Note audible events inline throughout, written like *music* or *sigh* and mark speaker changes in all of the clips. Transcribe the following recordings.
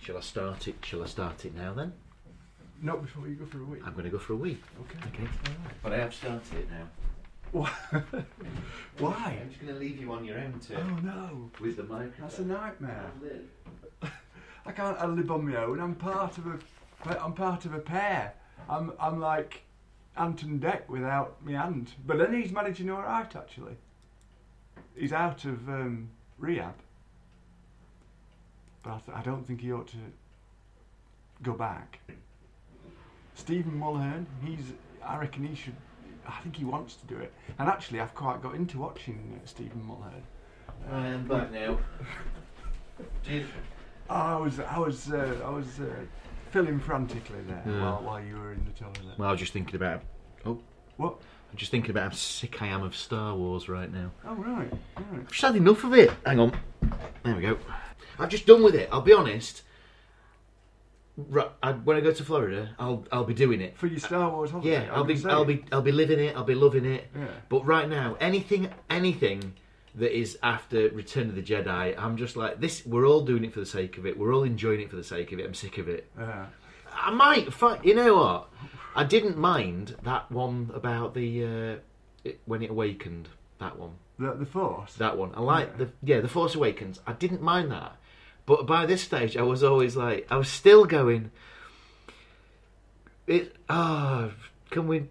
Speaker 1: Shall I start it? Shall I start it now then?
Speaker 2: Not before you go for a week.
Speaker 1: I'm going to go for a wee.
Speaker 2: Okay.
Speaker 1: Okay. But I have started it now. *laughs*
Speaker 2: Why?
Speaker 1: I'm just going to leave you on your own to
Speaker 2: Oh no,
Speaker 1: with the microphone.
Speaker 2: that's a nightmare. I can't. I live on my own. I'm part of a. but I'm part of a pair. I'm. I'm like Anton Deck without my hand. But then he's managing all right actually. He's out of um, rehab. But I, th- I don't think he ought to go back. Stephen Mulhern, he's. I reckon he should. I think he wants to do it. And actually, I've quite got into watching uh, Stephen Mulhern.
Speaker 1: I am back now. Cheers.
Speaker 2: Oh, I was, I was, uh, I was uh, filling frantically there
Speaker 1: Yeah.
Speaker 2: while, while you were in the toilet.
Speaker 1: Well, I was just thinking about. Oh,
Speaker 2: What?
Speaker 1: I'm just thinking about how sick I am of Star Wars right now.
Speaker 2: Oh right, right.
Speaker 1: I've just had enough of it. Hang on. There we go. I've just done with it. I'll be honest. Right, I, when I go to Florida, I'll I'll be doing it.
Speaker 2: For your Star Wars holiday.
Speaker 1: Yeah,
Speaker 2: I
Speaker 1: I'll
Speaker 2: was
Speaker 1: be
Speaker 2: gonna say.
Speaker 1: I'll be I'll be living it. I'll be loving it.
Speaker 2: Yeah.
Speaker 1: But right now, anything anything that is after Return of the Jedi, I'm just like this. We're all doing it for the sake of it. We're all enjoying it for the sake of it. I'm sick of it.
Speaker 2: Yeah.
Speaker 1: I might. Fuck. You know what? I didn't mind that one about the uh, it, when it awakened. That one.
Speaker 2: The, the Force.
Speaker 1: That one. I like the yeah, the Force Awakens. I didn't mind that, but by this stage, I was always like, I was still going. It ah, can we?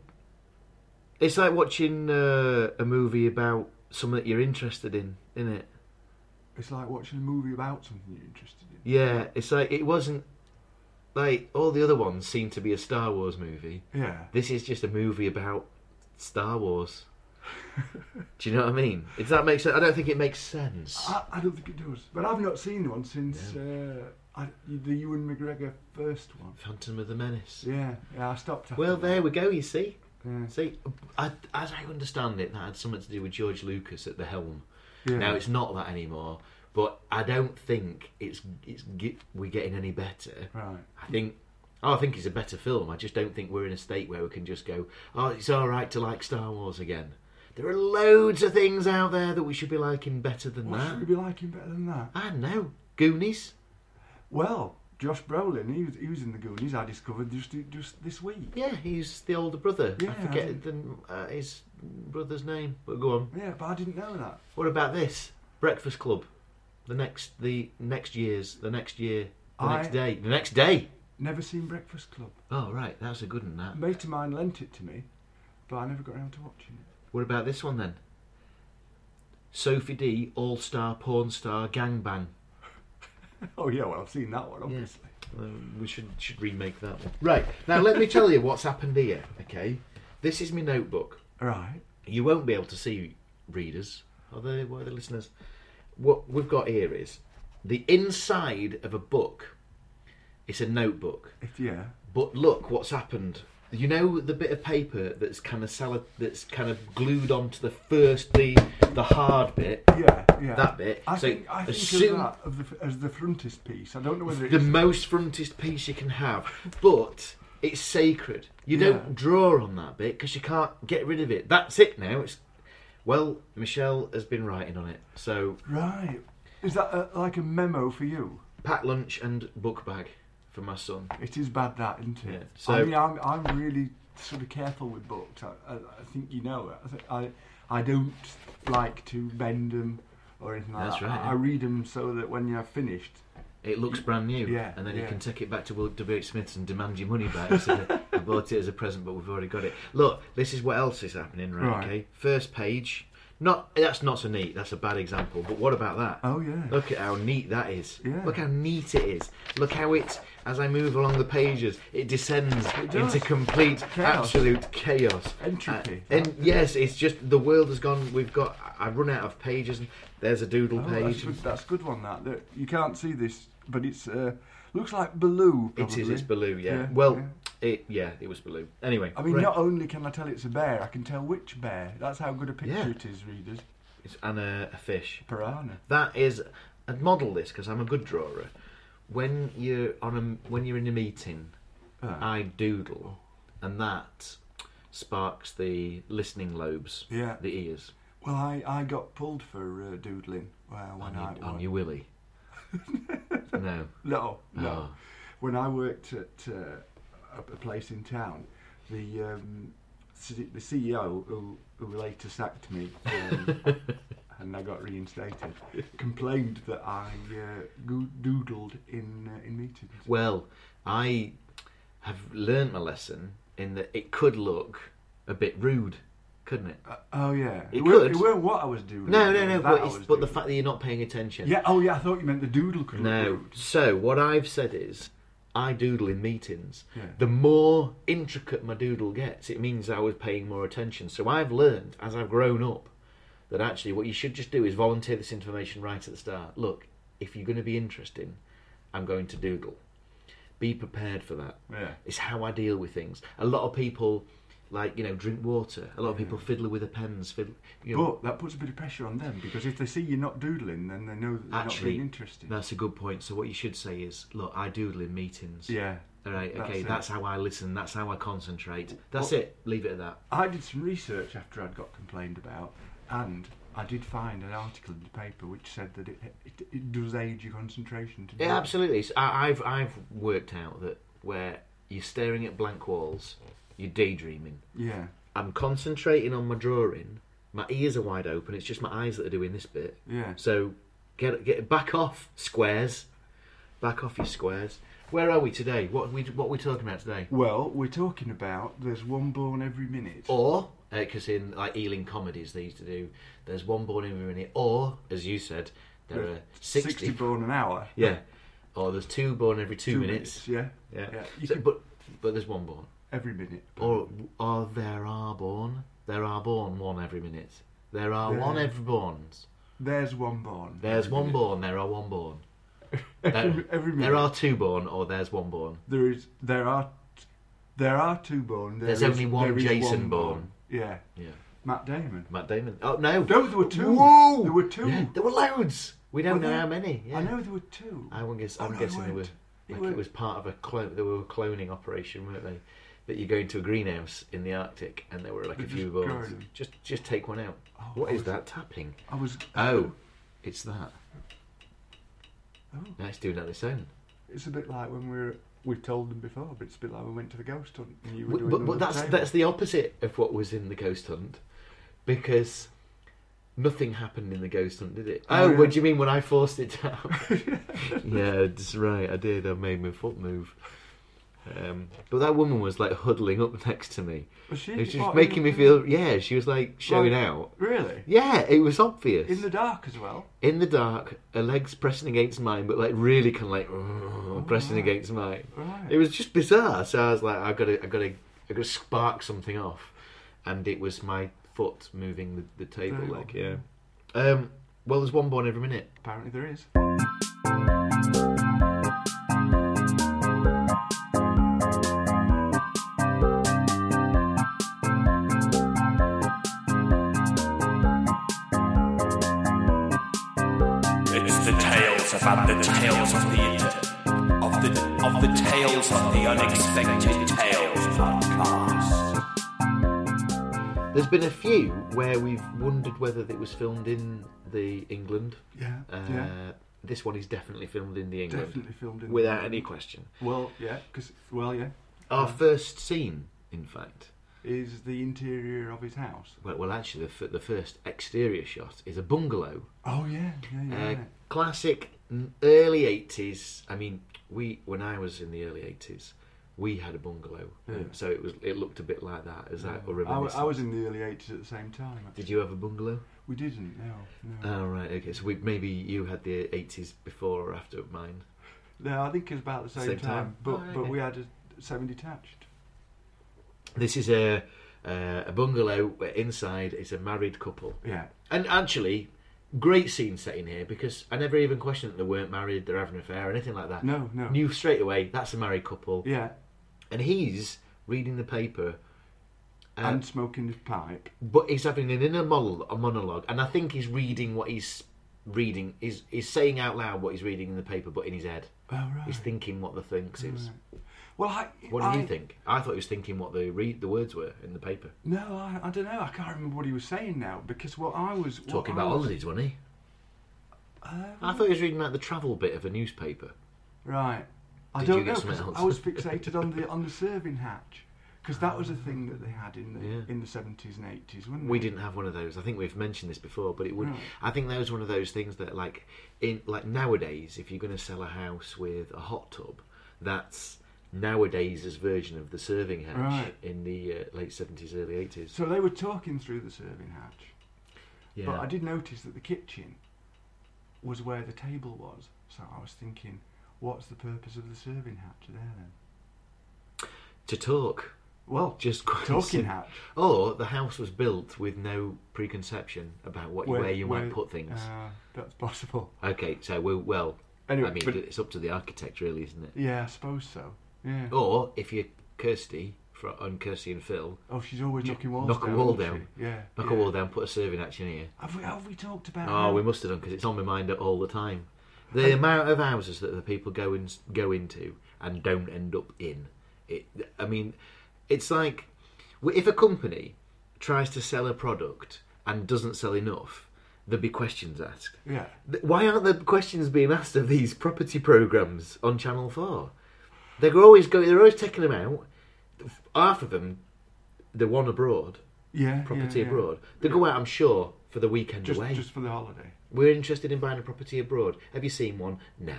Speaker 1: It's like watching uh, a movie about something that you're interested in, isn't it?
Speaker 2: It's like watching a movie about something you're interested in.
Speaker 1: Yeah, it's like it wasn't like all the other ones seem to be a Star Wars movie.
Speaker 2: Yeah.
Speaker 1: This is just a movie about Star Wars. Do you know what I mean? Does that make sense? I don't think it makes sense.
Speaker 2: I, I don't think it does, but I've not seen one since uh, I, the Ewan McGregor first one.
Speaker 1: Phantom of the Menace.
Speaker 2: Yeah, yeah. I stopped. After
Speaker 1: Well, there
Speaker 2: that.
Speaker 1: we go. You see,
Speaker 2: Yeah.
Speaker 1: see, I, as I understand it, that had something to do with George Lucas at the helm.
Speaker 2: Yeah.
Speaker 1: Now it's not that anymore, but I don't think it's it's ge- we're getting any better.
Speaker 2: Right.
Speaker 1: I think. Oh, I think it's a better film. I just don't think we're in a state where we can just go, oh, it's all right to like Star Wars again. There are loads of things out there that we should be liking better than
Speaker 2: What
Speaker 1: that.
Speaker 2: should we be liking better than that?
Speaker 1: I don't know. Goonies?
Speaker 2: Well, Josh Brolin, he was, he was in the Goonies. I discovered just just this week.
Speaker 1: Yeah, he's the older brother. I
Speaker 2: Yeah, I
Speaker 1: forget
Speaker 2: think-
Speaker 1: the, uh, his brother's name, but go on.
Speaker 2: Yeah, but I didn't know that.
Speaker 1: What about this Breakfast Club? The next, the next year's, the next year, the
Speaker 2: I-
Speaker 1: next day, the next day.
Speaker 2: Never seen Breakfast Club.
Speaker 1: Oh right, that's a good one.
Speaker 2: A
Speaker 1: That.
Speaker 2: mate of mine lent it to me, but I never got around to watching it. *laughs*
Speaker 1: What about this one then? Sophie D, all star porn star gangbang.
Speaker 2: Oh yeah, well I've seen that one obviously.
Speaker 1: Um, we should should remake that one. Right now, *laughs* let me tell you what's happened here. Okay, this is my notebook.
Speaker 2: Right.
Speaker 1: You won't be able to see readers or the what are the listeners. What we've got here is the inside of a book. It's a notebook.
Speaker 2: It, yeah.
Speaker 1: But look what's happened. You know the bit of paper that's kind of salad, that's kind of glued onto the first the the hard bit,
Speaker 2: Yeah. Yeah.
Speaker 1: that bit.
Speaker 2: I
Speaker 1: so
Speaker 2: think I
Speaker 1: as
Speaker 2: think
Speaker 1: soon-
Speaker 2: of that of the, f- as the frontispiece. I don't know whether it's
Speaker 1: the most frontist piece you can have, but it's sacred. You
Speaker 2: Yeah.
Speaker 1: don't draw on that bit because you can't get rid of it. That's it now. It's well, Michelle has been writing on it. So
Speaker 2: right. Is that a, like a memo for you?
Speaker 1: pack lunch and book bag for my son.
Speaker 2: It is bad that, isn't it?
Speaker 1: Yeah, so-
Speaker 2: I mean, I'm I'm really sort of careful with books. I, I, I think you know. I, think I I don't like to bend them or anything like
Speaker 1: That's
Speaker 2: that.
Speaker 1: right,
Speaker 2: I,
Speaker 1: yeah.
Speaker 2: I read them so that when you're finished,
Speaker 1: It looks brand new,
Speaker 2: Yeah,
Speaker 1: and then you
Speaker 2: yeah.
Speaker 1: can take it back to Will W. H. Smith and demand your money back. and say, *laughs* I bought it as a present, but we've already got it. Look, this is what else is happening, right?
Speaker 2: Right.
Speaker 1: Okay, first page. Not that's not so neat. That's a bad example. But what about that?
Speaker 2: Oh, yeah.
Speaker 1: Look at how neat that is.
Speaker 2: Yeah.
Speaker 1: Look how neat it is. Look how it, as I move along the pages, it descends
Speaker 2: does.
Speaker 1: into complete,
Speaker 2: Chaos.
Speaker 1: absolute chaos.
Speaker 2: Entropy.
Speaker 1: Uh, and yes, it's just the world has gone. We've got. I've run out of pages. And there's a doodle
Speaker 2: Oh,
Speaker 1: page.
Speaker 2: that's,
Speaker 1: and-
Speaker 2: good, that's a good one. That, that you can't see this, but it's uh, looks like Baloo.
Speaker 1: It is.
Speaker 2: probably.
Speaker 1: It's Baloo. Yeah.
Speaker 2: Yeah,
Speaker 1: well,
Speaker 2: yeah.
Speaker 1: it. Yeah, it was Baloo. Anyway.
Speaker 2: I mean,
Speaker 1: right.
Speaker 2: not only can I tell it's a bear, I can tell which bear. That's how good a picture
Speaker 1: Yeah.
Speaker 2: it is, readers.
Speaker 1: It's and a, a fish.
Speaker 2: Piranha.
Speaker 1: That is. I'd model this because I'm a good drawer. When you're on a when you're in a meeting,
Speaker 2: Ah.
Speaker 1: I doodle, and that sparks the listening lobes.
Speaker 2: Yeah.
Speaker 1: The ears
Speaker 2: Well, I, I got pulled for uh, doodling. Well,
Speaker 1: on
Speaker 2: when I *laughs*
Speaker 1: your, on
Speaker 2: was-
Speaker 1: your willy. No.
Speaker 2: No, no.
Speaker 1: Oh.
Speaker 2: When I worked at uh, a a place in town, the um, C- the CEO who, who later sacked me
Speaker 1: *laughs*
Speaker 2: um, and I got reinstated complained that I uh, goo- doodled in uh, in meetings.
Speaker 1: Well, I have learned my lesson in that it could look a bit rude, couldn't it?
Speaker 2: Uh, oh yeah,
Speaker 1: It
Speaker 2: weren't-
Speaker 1: could.
Speaker 2: It weren't what I was doing.
Speaker 1: No, no, no.
Speaker 2: that I
Speaker 1: But, it's,
Speaker 2: was
Speaker 1: but the
Speaker 2: doodling.
Speaker 1: fact that you're not paying attention.
Speaker 2: Yeah. Oh yeah, I thought you meant the doodle could.
Speaker 1: No. So what I've said is, I doodle in meetings.
Speaker 2: Yeah.
Speaker 1: The more intricate my doodle gets, it means I was paying more attention. So I've learned as I've grown up that actually what you should just do is volunteer this information right at the start. Look, if you're going to be interesting, I'm going to doodle. Be prepared for that.
Speaker 2: Yeah.
Speaker 1: It's how I deal with things. A lot of people, like you know, drink water. A lot of people fiddle with their pens. Fiddle, you know,
Speaker 2: But that puts a bit of pressure on them because if they see you're not doodling, then they know that they're not
Speaker 1: Actually,
Speaker 2: being interested.
Speaker 1: that's a good point. So what you should say is, look, I doodle in meetings.
Speaker 2: Yeah.
Speaker 1: All right.
Speaker 2: That's
Speaker 1: Okay.
Speaker 2: it.
Speaker 1: That's, how I listen. That's how I concentrate. That's
Speaker 2: Well-
Speaker 1: it. Leave it at that.
Speaker 2: I did some research after I'd got complained about, and I did find an article in the paper which said that it it, it does aid your concentration. To
Speaker 1: Yeah,
Speaker 2: doodle.
Speaker 1: absolutely. So I, I've I've worked out that where you're staring at blank walls, you're daydreaming.
Speaker 2: Yeah.
Speaker 1: I'm concentrating on my drawing. My ears are wide open. It's just my eyes that are doing this bit.
Speaker 2: Yeah.
Speaker 1: So get get back off squares, back off your squares. Where are we today? What we what we talking about today?
Speaker 2: Well, we're talking about there's one born every minute.
Speaker 1: Or because in like Ealing comedies they used to do, there's one born every minute. Or as you said, there
Speaker 2: There's
Speaker 1: are sixty.
Speaker 2: born an hour.
Speaker 1: yeah. Or there's two born every two, minutes.
Speaker 2: Yeah.
Speaker 1: Yeah.
Speaker 2: You
Speaker 1: So-
Speaker 2: could-
Speaker 1: but but there's one born.
Speaker 2: every minute.
Speaker 1: Or or there are born. There are born one every minute. There are one
Speaker 2: Yeah.
Speaker 1: every borns.
Speaker 2: There's one born. *laughs*
Speaker 1: There's
Speaker 2: every
Speaker 1: one
Speaker 2: minute.
Speaker 1: born. There are one born.
Speaker 2: Every,
Speaker 1: There-
Speaker 2: every minute.
Speaker 1: There are two born, or there's one born.
Speaker 2: There is. There are. There are two born.
Speaker 1: There's only one Jason born.
Speaker 2: Yeah.
Speaker 1: Yeah.
Speaker 2: Matt Damon.
Speaker 1: Matt Damon. Oh no!
Speaker 2: No, there were two.
Speaker 1: Whoa!
Speaker 2: There were two.
Speaker 1: Yeah, there were loads. We don't
Speaker 2: Were
Speaker 1: know
Speaker 2: there?
Speaker 1: how many. Yeah.
Speaker 2: I know there were two.
Speaker 1: I won't guess.
Speaker 2: Oh,
Speaker 1: I'm
Speaker 2: no,
Speaker 1: guessing
Speaker 2: they
Speaker 1: they were.
Speaker 2: weren't. They
Speaker 1: Like it
Speaker 2: weren't.
Speaker 1: was part of a clone. They were a cloning operation, weren't they? That you go into a greenhouse in the Arctic, and there were like
Speaker 2: They
Speaker 1: a few
Speaker 2: just
Speaker 1: boards.
Speaker 2: grow them.
Speaker 1: Just, just take one out.
Speaker 2: Oh,
Speaker 1: what
Speaker 2: I
Speaker 1: is
Speaker 2: was-
Speaker 1: that tapping?
Speaker 2: I was.
Speaker 1: Oh, it's that.
Speaker 2: Oh.
Speaker 1: Now it's doing that this own.
Speaker 2: It's a bit like when we were. We've told them before, but it's a bit like when we went to the ghost hunt. And you were
Speaker 1: But,
Speaker 2: doing
Speaker 1: but,
Speaker 2: them
Speaker 1: but
Speaker 2: on the
Speaker 1: that's
Speaker 2: table.
Speaker 1: that's the opposite of what was in the Ghost Hunt, because nothing happened in the Ghost Hunt, did it?
Speaker 2: Oh,
Speaker 1: Oh,
Speaker 2: yeah.
Speaker 1: what do you mean when I forced it to
Speaker 2: *laughs*
Speaker 1: happen? yeah, that's right. I did. I made my foot move. Um, but that woman was like huddling up next to me.
Speaker 2: Was she,
Speaker 1: It was just
Speaker 2: what,
Speaker 1: making
Speaker 2: in-
Speaker 1: me feel. Yeah, she was like showing
Speaker 2: Right.
Speaker 1: out.
Speaker 2: Really?
Speaker 1: Yeah, it was obvious.
Speaker 2: In the dark as well.
Speaker 1: In the dark, her legs pressing against mine, but like really kind of like pressing
Speaker 2: right.
Speaker 1: against mine.
Speaker 2: Right.
Speaker 1: It was just bizarre. So I was like, I gotta, I gotta, I gotta spark something off, and it was my foot moving the, the table.
Speaker 2: Table.
Speaker 1: Like, yeah. Um, well, there's one born every minute.
Speaker 2: Apparently there is.
Speaker 3: It's the tales about the tales of the of the of the tales of the unexpected tales podcast.
Speaker 1: There's been a few where we've wondered whether it was filmed in the England.
Speaker 2: Yeah.
Speaker 1: Uh,
Speaker 2: yeah.
Speaker 1: This one is definitely filmed in the England,
Speaker 2: Definitely filmed in.
Speaker 1: without any question.
Speaker 2: Well, yeah. Because well, yeah.
Speaker 1: Our first scene, in fact.
Speaker 2: Is the interior of his house.
Speaker 1: Well, well, actually, the, f- the first exterior shot is a bungalow.
Speaker 2: Oh yeah. Yeah. Yeah.
Speaker 1: Uh,
Speaker 2: yeah.
Speaker 1: classic n- early 80s. I mean, we when I was in the early 80s, we had a bungalow. Um,
Speaker 2: Yeah.
Speaker 1: So it was it looked a bit like that. Is that or
Speaker 2: I, wa-
Speaker 1: reminiscent?
Speaker 2: I was in the early 80s at the same time.
Speaker 1: Did you have a bungalow?
Speaker 2: We didn't, no. No,
Speaker 1: Oh, right. Okay. So we, maybe you had the 80s before or after mine.
Speaker 2: no I think it was about the same,
Speaker 1: Same
Speaker 2: time.
Speaker 1: time.
Speaker 2: But,
Speaker 1: Oh, right,
Speaker 2: but
Speaker 1: okay.
Speaker 2: we had a semi-detached.
Speaker 1: This is a uh, a bungalow where inside is a married couple.
Speaker 2: Yeah.
Speaker 1: And actually, great scene set in here because I never even questioned that they weren't married, they're having an affair, or anything like that.
Speaker 2: No, no.
Speaker 1: Knew straight away that's a married couple.
Speaker 2: Yeah.
Speaker 1: And he's reading the paper, uh, Oh,
Speaker 2: and smoking his pipe.
Speaker 1: but he's having an inner monologue, a monologue, and I think he's reading what he's reading, is he's saying out loud what he's reading in the paper, but in his head.
Speaker 2: Oh, right.
Speaker 1: He's thinking what the thinks
Speaker 2: Mm.
Speaker 1: is.
Speaker 2: well, I...
Speaker 1: What did
Speaker 2: I,
Speaker 1: you think? I thought he was thinking what the read the words were in the paper.
Speaker 2: No, I, I don't know. I can't remember what he was saying now because what I was... what
Speaker 1: Talking
Speaker 2: I
Speaker 1: about
Speaker 2: was,
Speaker 1: holidays, wasn't he?
Speaker 2: Uh,
Speaker 1: I thought he was reading like the travel bit of a newspaper.
Speaker 2: Right. I
Speaker 1: Did
Speaker 2: don't
Speaker 1: you get
Speaker 2: know.
Speaker 1: something
Speaker 2: 'cause
Speaker 1: else?
Speaker 2: I was fixated on the on the serving hatch because that was a thing that they had in the
Speaker 1: Yeah.
Speaker 2: in the seventies and eighties, wasn't it?
Speaker 1: We didn't have one of those. I think we've mentioned this before, but it would.
Speaker 2: No.
Speaker 1: I think that was one of those things that, like, in like nowadays, if you're going to sell a house with a hot tub, that's nowadays' version of the serving hatch
Speaker 2: Right.
Speaker 1: in the uh, late seventies, early eighties.
Speaker 2: So they were talking through the serving hatch,
Speaker 1: yeah,
Speaker 2: but I did notice that the kitchen was where the table was. So I was thinking, what's the purpose of the serving hatch there then?
Speaker 1: to talk.
Speaker 2: Well,
Speaker 1: *laughs* Just quite
Speaker 2: talking
Speaker 1: sim-
Speaker 2: hatch.
Speaker 1: Or the house was built with no preconception about what where, you might put things.
Speaker 2: Uh, that's possible.
Speaker 1: okay, so we well,
Speaker 2: Anyway,
Speaker 1: I mean,
Speaker 2: but-
Speaker 1: it's up to the architect, really, isn't it?
Speaker 2: Yeah, I suppose so. Yeah. Oh,
Speaker 1: Or if you're Kirsty from on Kirsty and Phil,
Speaker 2: Oh, she's always knocking walls
Speaker 1: knock a
Speaker 2: down.
Speaker 1: wall
Speaker 2: isn't
Speaker 1: down.
Speaker 2: she? Yeah.
Speaker 1: knock
Speaker 2: yeah.
Speaker 1: a wall down, put a serving hatch in here.
Speaker 2: Have we, have we talked about
Speaker 1: Oh,
Speaker 2: how-
Speaker 1: we must have done because it's on my mind all the time. The amount of houses that the people go in, go into and don't end up in. It, I mean, it's like w- if a company tries to sell a product and doesn't sell enough, there'd be questions asked.
Speaker 2: Yeah.
Speaker 1: Th- Why aren't the questions being asked of these property programs on Channel Four? They're always going. They're always taking them out. Half of them, the one abroad,
Speaker 2: Yeah.
Speaker 1: property
Speaker 2: yeah, yeah.
Speaker 1: abroad. They go out, I'm sure, for the weekend
Speaker 2: Just,
Speaker 1: away.
Speaker 2: just for the holiday.
Speaker 1: We're interested in buying a property abroad. Have you seen one? No.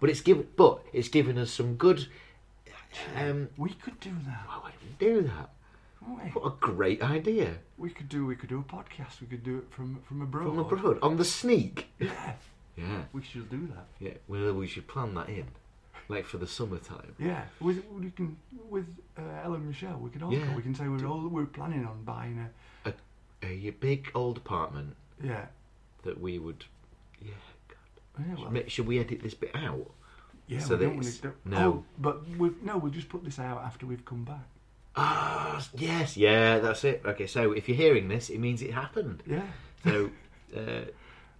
Speaker 1: But it's given, but it's given us some good. Um,
Speaker 2: We could do that.
Speaker 1: oh, why did we do that?
Speaker 2: couldn't we?
Speaker 1: What a great idea
Speaker 2: We could do. We could do a podcast. We could do it from from abroad.
Speaker 1: from abroad on the sneak.
Speaker 2: *laughs* Yeah.
Speaker 1: Yeah,
Speaker 2: We should do that.
Speaker 1: yeah. Well, we should plan that in, like for the summertime.
Speaker 2: Yeah. With we can with uh, Ellen Michelle. We can all.
Speaker 1: Yeah.
Speaker 2: We can say we're all we're planning on buying a.
Speaker 1: A, a big old apartment
Speaker 2: Yeah.
Speaker 1: that we would. Yeah. God.
Speaker 2: Yeah, well,
Speaker 1: Ma- Should we edit this bit out?
Speaker 2: yeah,
Speaker 1: so
Speaker 2: we
Speaker 1: that
Speaker 2: don't want
Speaker 1: it's-
Speaker 2: to,
Speaker 1: no.
Speaker 2: oh, but we, no, we'll just put this out after we've come back.
Speaker 1: Ah, yes, yeah, that's it. Okay, so if you're hearing this, it means it happened.
Speaker 2: Yeah,
Speaker 1: So, uh,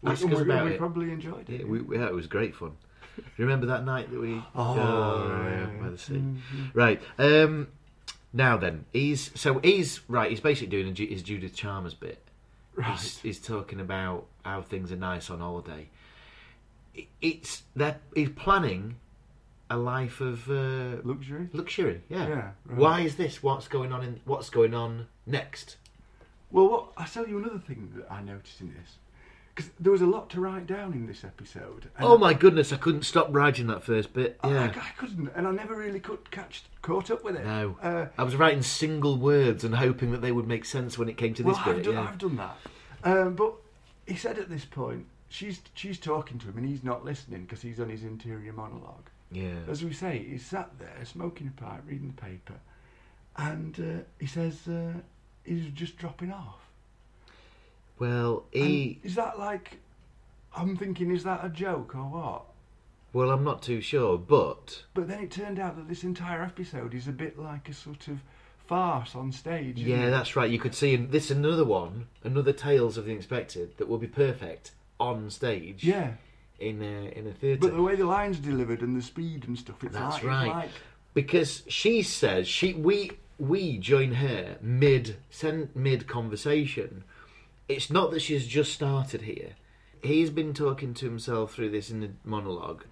Speaker 2: We-
Speaker 1: ask
Speaker 2: and
Speaker 1: us
Speaker 2: we,
Speaker 1: about
Speaker 2: we
Speaker 1: it.
Speaker 2: probably enjoyed it.
Speaker 1: Yeah, we, yeah, it was great fun. Do you remember that night that
Speaker 2: *laughs*
Speaker 1: we?
Speaker 2: Oh,
Speaker 1: yeah,
Speaker 2: right.
Speaker 1: by the sea.
Speaker 2: Mm-hmm.
Speaker 1: Right. Um, now then, he's so he's right. He's basically doing a, Ju- his Judith Chalmers bit. He's,
Speaker 2: right.
Speaker 1: he's talking about how things are nice on holiday. It, it's that he's planning a life of uh,
Speaker 2: *laughs* Luxury.
Speaker 1: luxury. Yeah.
Speaker 2: Yeah, right.
Speaker 1: Why is this? What's going on in? What's going on next?
Speaker 2: Well, what, I'll tell you another thing that I noticed in this. Because there was a lot to write down in this episode. and
Speaker 1: oh my goodness! I couldn't stop writing that first bit.
Speaker 2: I,
Speaker 1: Yeah.
Speaker 2: I, I couldn't, and I never really could catch, caught up with it.
Speaker 1: No.
Speaker 2: Uh,
Speaker 1: I was writing single words and hoping that they would make sense when it came to
Speaker 2: well,
Speaker 1: this
Speaker 2: I've,
Speaker 1: bit.
Speaker 2: done,
Speaker 1: yeah.
Speaker 2: I've done that. Um, but he said at this point, she's, she's talking to him and he's not listening because he's on his interior monologue.
Speaker 1: yeah.
Speaker 2: as we say, he sat there smoking a pipe, reading the paper, and uh, he says uh, he's just dropping off.
Speaker 1: Well,
Speaker 2: And
Speaker 1: he.
Speaker 2: is that like? I'm thinking, is that a joke or what?
Speaker 1: Well, I'm not too sure, but
Speaker 2: But then it turned out that this entire episode is a bit like a sort of farce on stage. isn't
Speaker 1: yeah,
Speaker 2: it?
Speaker 1: that's right. You could see in this another one, another Tales of the Unexpected that will be perfect on stage.
Speaker 2: yeah.
Speaker 1: In a in a theatre.
Speaker 2: But the way the lines delivered and the speed and stuff, it's
Speaker 1: That's
Speaker 2: like,
Speaker 1: right.
Speaker 2: It's like
Speaker 1: Because she says she we we join her mid send mid conversation. It's not that she's just started here. He's been talking to himself through this in the monologue,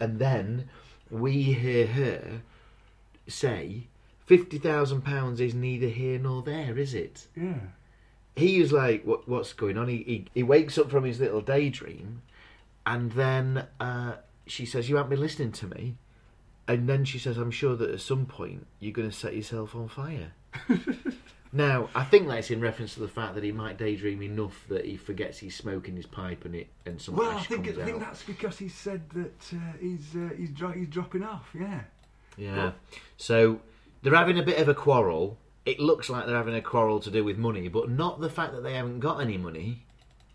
Speaker 1: and then we hear her say, 50000 pounds is neither here nor there, is it?"
Speaker 2: yeah,
Speaker 1: he was like, "What what's going on?" He he, he wakes up from his little daydream, and then uh, she says, "You haven't been listening to me," and then she says, "I'm sure that at some point you're going to set yourself on
Speaker 2: *laughs*
Speaker 1: fire." now, I think that's in reference to the fact that he might daydream enough that he forgets he's smoking his pipe and it and some
Speaker 2: Well, I
Speaker 1: ash
Speaker 2: think I
Speaker 1: comes
Speaker 2: think
Speaker 1: out.
Speaker 2: that's because he said that uh, he's uh, he's dro- he's dropping off. Yeah.
Speaker 1: Yeah. So they're having a bit of a quarrel. It looks like they're having a quarrel to do with money, but not the fact that they haven't got any money,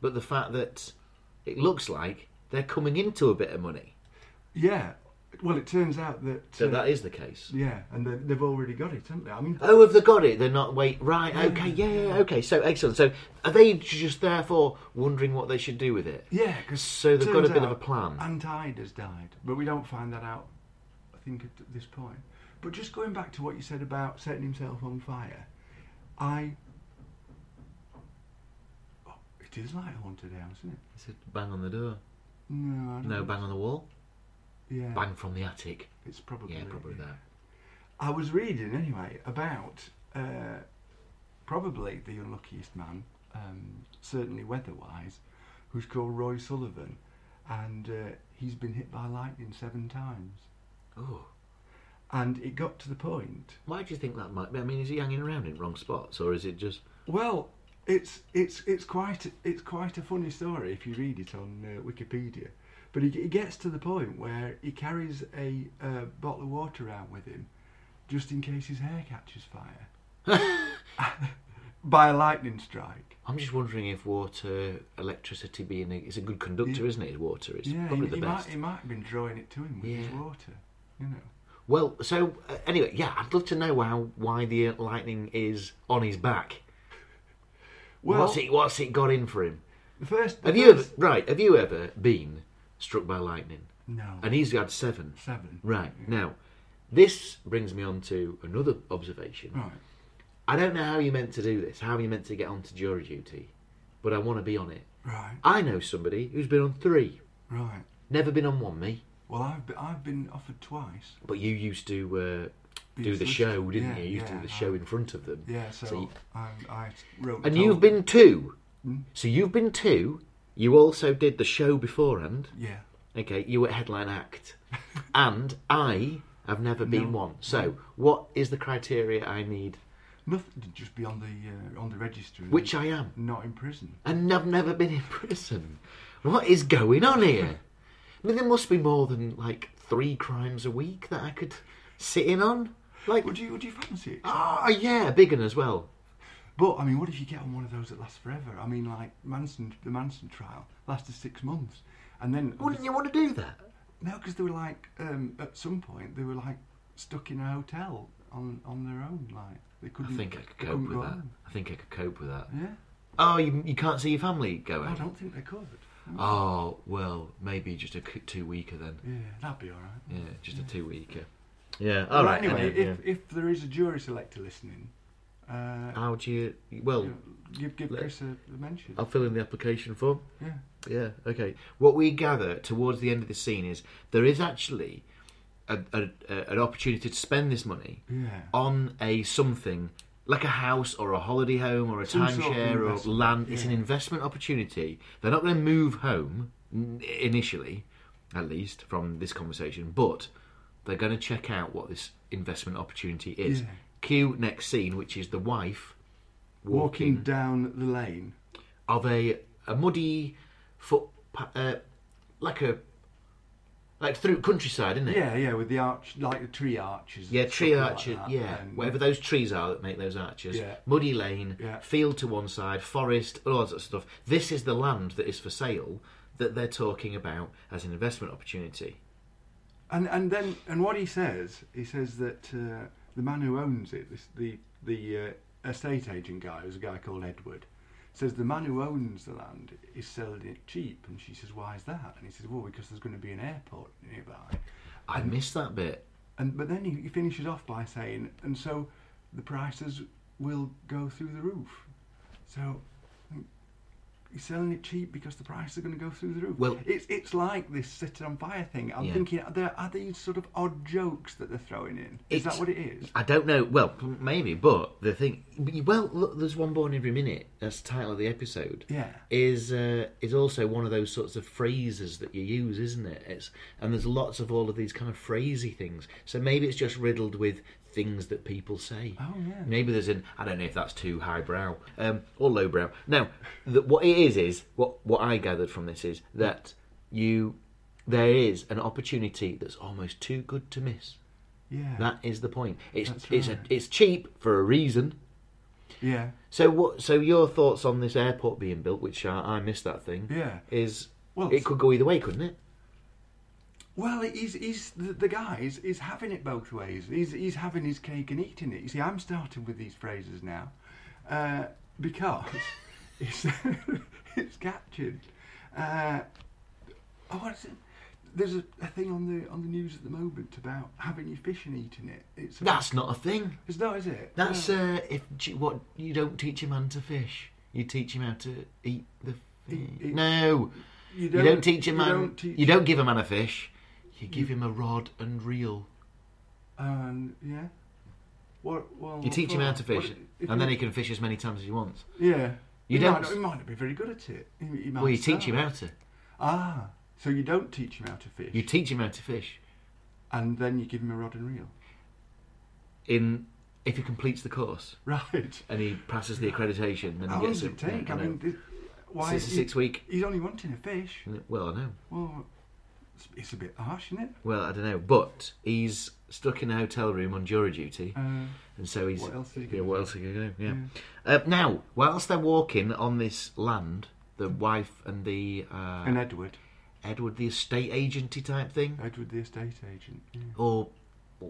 Speaker 1: but the fact that it looks like they're coming into a bit of money.
Speaker 2: Yeah. Well, it turns out that.
Speaker 1: So
Speaker 2: uh,
Speaker 1: that is the case.
Speaker 2: Yeah, and they, they've already got it, haven't they? I mean,
Speaker 1: Oh, have they got it? They're not wait. Right. Okay. Yeah. yeah, Okay. So excellent. So are they just therefore wondering what they should do with it?
Speaker 2: yeah, because
Speaker 1: So they've got a bit of a plan.
Speaker 2: Antide has died, but we don't find that out. I think at this point. But just going back to what you said about setting himself on fire, I. Oh, it is like a haunted house, isn't it?
Speaker 1: Is it bang on the door?
Speaker 2: No, I don't
Speaker 1: No,
Speaker 2: think-
Speaker 1: bang on the wall.
Speaker 2: Yeah.
Speaker 1: Bang from the attic.
Speaker 2: It's probably.
Speaker 1: Yeah, probably that.
Speaker 2: I was reading anyway about uh, probably the unluckiest man, um, certainly weather-wise, who's called Roy Sullivan, and uh, he's been hit by lightning seven times.
Speaker 1: Oh,
Speaker 2: And it got to the point.
Speaker 1: why do you think that might be? I mean, is he hanging around in wrong spots, or is it just?
Speaker 2: Well, it's it's it's quite it's quite a funny story if you read it on uh, Wikipedia. But he, he gets to the point where he carries a uh, bottle of water around with him, just in case his hair catches fire
Speaker 1: *laughs*
Speaker 2: by a lightning strike.
Speaker 1: I'm just wondering if water, electricity, being a, it's a good conductor,
Speaker 2: Yeah.
Speaker 1: isn't it? Water, it's
Speaker 2: yeah,
Speaker 1: probably
Speaker 2: he,
Speaker 1: the
Speaker 2: he
Speaker 1: best.
Speaker 2: might um, he might have been drawing it to him with his
Speaker 1: Yeah.
Speaker 2: water, you know.
Speaker 1: Well, so uh, anyway, yeah, I'd love to know how why the uh, lightning is on his back.
Speaker 2: Well,
Speaker 1: what's it? What's it got in for him?
Speaker 2: the first the
Speaker 1: Have you ever,
Speaker 2: first-
Speaker 1: right? Have you ever been struck by lightning?
Speaker 2: No.
Speaker 1: And he's had seven.
Speaker 2: seven.
Speaker 1: Right now, this brings me on to another observation.
Speaker 2: Right.
Speaker 1: I don't know how you meant to do this, how you meant to get onto jury duty, but I want to be on it.
Speaker 2: Right.
Speaker 1: I know somebody who's been on three,
Speaker 2: Right.
Speaker 1: never been on one. Me,
Speaker 2: Well, I've been, I've been offered twice.
Speaker 1: but you used to uh,
Speaker 2: Be
Speaker 1: do the
Speaker 2: solicitor.
Speaker 1: show, didn't
Speaker 2: Yeah,
Speaker 1: you? You used to
Speaker 2: yeah,
Speaker 1: do the
Speaker 2: I-
Speaker 1: show in front of them.
Speaker 2: Yeah, so,
Speaker 1: you-
Speaker 2: I, I wrote.
Speaker 1: And
Speaker 2: told- Hmm?
Speaker 1: you've been two. So you've been two. You also did the show beforehand.
Speaker 2: Yeah.
Speaker 1: Okay, you were headline
Speaker 2: *laughs*
Speaker 1: act. and I have never been one. So what is the criteria I need?
Speaker 2: Nothing. Just be on the uh, on the register. and
Speaker 1: Which I am.
Speaker 2: Not in prison.
Speaker 1: And I've never been in *laughs* prison. What is going on here? I mean, there must be more than like three crimes a week that I could sit in on. Like,
Speaker 2: Would you would you fancy it?
Speaker 1: ah, yeah, big one as well.
Speaker 2: But I mean, what if you get on one of those that lasts forever? I mean, like Manson, the Manson trial lasted six months, and then
Speaker 1: Wouldn't you want to do that?
Speaker 2: No, because they were like um, at some point they were like stuck in a hotel on on their own. Like they couldn't.
Speaker 1: I think I could cope
Speaker 2: they couldn't
Speaker 1: with
Speaker 2: go
Speaker 1: that.
Speaker 2: home.
Speaker 1: I think I could cope with that.
Speaker 2: Yeah,
Speaker 1: Oh, you, you can't see your family go
Speaker 2: I
Speaker 1: out.
Speaker 2: don't think they could.
Speaker 1: Oh well, maybe just a two weeker then.
Speaker 2: Yeah, that'd be all right.
Speaker 1: Yeah, just a two weeker. Yeah. All right.
Speaker 2: Anyway,
Speaker 1: anyway,
Speaker 2: if if there is a jury selector listening, uh,
Speaker 1: how do you? Well,
Speaker 2: you know, give give
Speaker 1: let-
Speaker 2: Chris a, a mention.
Speaker 1: I'll fill in the application form.
Speaker 2: yeah.
Speaker 1: Yeah. Okay. What we gather towards the end of the scene is there is actually a, a, a, an opportunity to spend this money
Speaker 2: Yeah.
Speaker 1: on a something like a house or a holiday home or a
Speaker 2: Some sort of
Speaker 1: timeshare or
Speaker 2: investment,
Speaker 1: land. It's an
Speaker 2: yeah.
Speaker 1: investment opportunity. They're not going to move home n- initially, at least from this conversation, but they're going to check out what this investment opportunity is.
Speaker 2: Yeah.
Speaker 1: Cue next scene, which is the wife
Speaker 2: Walking
Speaker 1: walking,
Speaker 2: down the lane.
Speaker 1: of a a muddy foot, uh, like a like through countryside, isn't it?
Speaker 2: Yeah, yeah, with the arch, like the tree arches. and
Speaker 1: Yeah,
Speaker 2: stuff
Speaker 1: tree
Speaker 2: like
Speaker 1: arches.
Speaker 2: that,
Speaker 1: yeah,
Speaker 2: and-
Speaker 1: whatever those trees are that make those arches.
Speaker 2: Yeah.
Speaker 1: Muddy lane,
Speaker 2: Yeah.
Speaker 1: field to one side, forest, all that sort of stuff. This is the land that is for sale that they're talking about as an investment opportunity.
Speaker 2: And and then and what he says, he says that uh, the man who owns it, this, the the uh, estate agent guy, who's a guy called Edward, says the man who owns the land is selling it cheap. And she says, why is that? And he says, well, because there's going to be an airport nearby.
Speaker 1: I missed that bit.
Speaker 2: And but then he, he finishes off by saying, and so the prices will go through the roof. So mm, he's selling it cheap because the prices are going to go through the roof.
Speaker 1: Well-
Speaker 2: it's it's like this set it on fire thing. I'm
Speaker 1: Yeah.
Speaker 2: thinking, are, there, are these sort of odd jokes that they're throwing in? Is
Speaker 1: It's-
Speaker 2: that what it is?
Speaker 1: I don't know. Well, p- maybe, but the thing. Well, look, there's one born every minute. That's the title of the episode.
Speaker 2: Yeah.
Speaker 1: Is uh, is also one of those sorts of phrases that you use, isn't it? It's and there's lots of all of these kind of phrasy things. So maybe it's just riddled with things that people say.
Speaker 2: Oh, yeah.
Speaker 1: Maybe there's an I don't know if that's too highbrow um, or lowbrow. Now, the, what it is is what what I gathered from this is that you there is an opportunity that's almost too good to miss.
Speaker 2: Yeah.
Speaker 1: That is the point. It's
Speaker 2: That's
Speaker 1: it's a,
Speaker 2: right.
Speaker 1: it's cheap for a reason.
Speaker 2: yeah.
Speaker 1: So what? So your thoughts on this airport being built, which I, I missed that thing.
Speaker 2: Yeah.
Speaker 1: Is
Speaker 2: Well,
Speaker 1: it could go either way, couldn't it?
Speaker 2: Well, he's, he's the, the guy is, is having it both ways. He's, he's having his cake and eating it. You see, I'm starting with these phrases now uh, because *laughs* it's, *laughs* it's captured. Uh, oh, what is it? There's a, a thing on the on the news at the moment about having your fish and eating it. It's
Speaker 1: That's not a thing.
Speaker 2: it's not, is it?
Speaker 1: That's
Speaker 2: No.
Speaker 1: uh, if you- what you don't teach a man to fish, you teach him how to eat the. Fish.
Speaker 2: Eat- eat-
Speaker 1: no, you don't, teach a
Speaker 2: you
Speaker 1: man. You
Speaker 2: E, don't
Speaker 1: don't,
Speaker 2: teach- Hmm.
Speaker 1: give a man a fish. You give him a rod and reel.
Speaker 2: And yeah. What? Well,
Speaker 1: You teach him how to
Speaker 2: what-
Speaker 1: fish,
Speaker 2: if
Speaker 1: and then he can fish as many times as he wants.
Speaker 2: Yeah.
Speaker 1: You
Speaker 2: he
Speaker 1: don't-
Speaker 2: Might not, he might not be very good at it. He, he might
Speaker 1: Well, you teach
Speaker 2: start.
Speaker 1: him how to.
Speaker 2: Ah, so you don't teach him how to fish,
Speaker 1: You teach him how to fish.
Speaker 2: and then you give him a rod and reel. *laughs*
Speaker 1: In if he completes the course
Speaker 2: Right.
Speaker 1: and he passes the accreditation, then
Speaker 2: How
Speaker 1: he
Speaker 2: long
Speaker 1: gets
Speaker 2: does
Speaker 1: a,
Speaker 2: it take?
Speaker 1: you
Speaker 2: I
Speaker 1: know,
Speaker 2: mean, thi- why
Speaker 1: six,
Speaker 2: is he,
Speaker 1: six week.
Speaker 2: he's only wanting a fish?
Speaker 1: Well, I know.
Speaker 2: Well, it's, it's a bit harsh, isn't it?
Speaker 1: Well, I don't know, but he's stuck in a hotel room on jury duty,
Speaker 2: Uh,
Speaker 1: and so he's.
Speaker 2: what else is he
Speaker 1: yeah,
Speaker 2: gonna
Speaker 1: what else are you going to do? Yeah. Uh, now, whilst they're walking on this land, the wife and the uh,
Speaker 2: and Edward,
Speaker 1: Edward, the estate agenty type thing,
Speaker 2: Edward the estate agent, yeah.
Speaker 1: or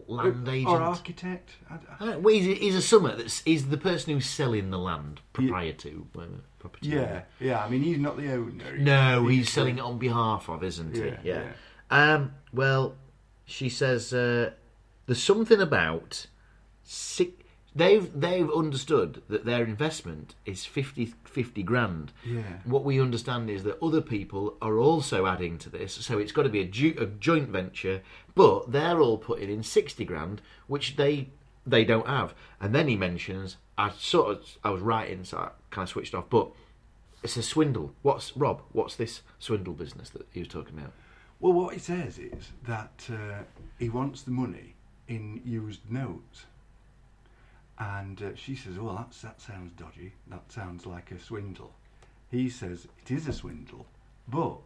Speaker 1: land agent,
Speaker 2: or architect. I, I,
Speaker 1: I don't- well, he's, he's a summer that's he's the person who's selling the land, proprietor, whatever, property.
Speaker 2: yeah, yeah. I mean, he's not the owner.
Speaker 1: No, he's
Speaker 2: the-
Speaker 1: selling it on behalf of, isn't he?
Speaker 2: Yeah,
Speaker 1: Yeah. Um, well, she says uh, there's something about six. They've they've understood that their investment is 50, 50 grand.
Speaker 2: Yeah.
Speaker 1: What we understand is that other people are also adding to this, so it's got to be a, ju- a joint venture. But they're all putting in sixty grand, which they they don't have. And then he mentions, I sort of I was writing, so I kind of switched off. But it's a swindle. What's Rob? What's this swindle business that he was talking about?
Speaker 2: Well, what he says is that uh, he wants the money in used notes. And uh, she says, Well, that's, that sounds dodgy. That sounds like a swindle. He says, It is a swindle. But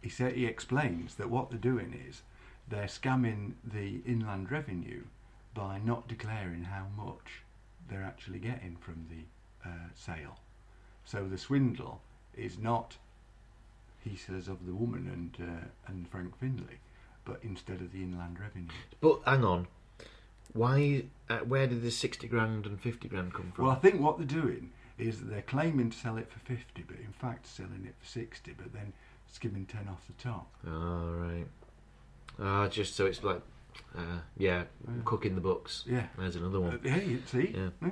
Speaker 2: he, sa he explains that what they're doing is they're scamming the inland revenue by not declaring how much they're actually getting from the uh, sale. So the swindle is not he says of the woman and uh, and Frank Findlay, but instead of the inland revenue.
Speaker 1: But hang on, why? Uh, where did this sixty grand and fifty grand come from?
Speaker 2: Well, I think what they're doing is that they're claiming to sell it for fifty, but in fact selling it for sixty, but then skimming ten off the top.
Speaker 1: Ah, right. Ah, just so it's like, uh, yeah, cooking the books.
Speaker 2: Yeah.
Speaker 1: There's another
Speaker 2: Uh,
Speaker 1: one.
Speaker 2: hey, you see,
Speaker 1: Yeah.
Speaker 2: Yeah.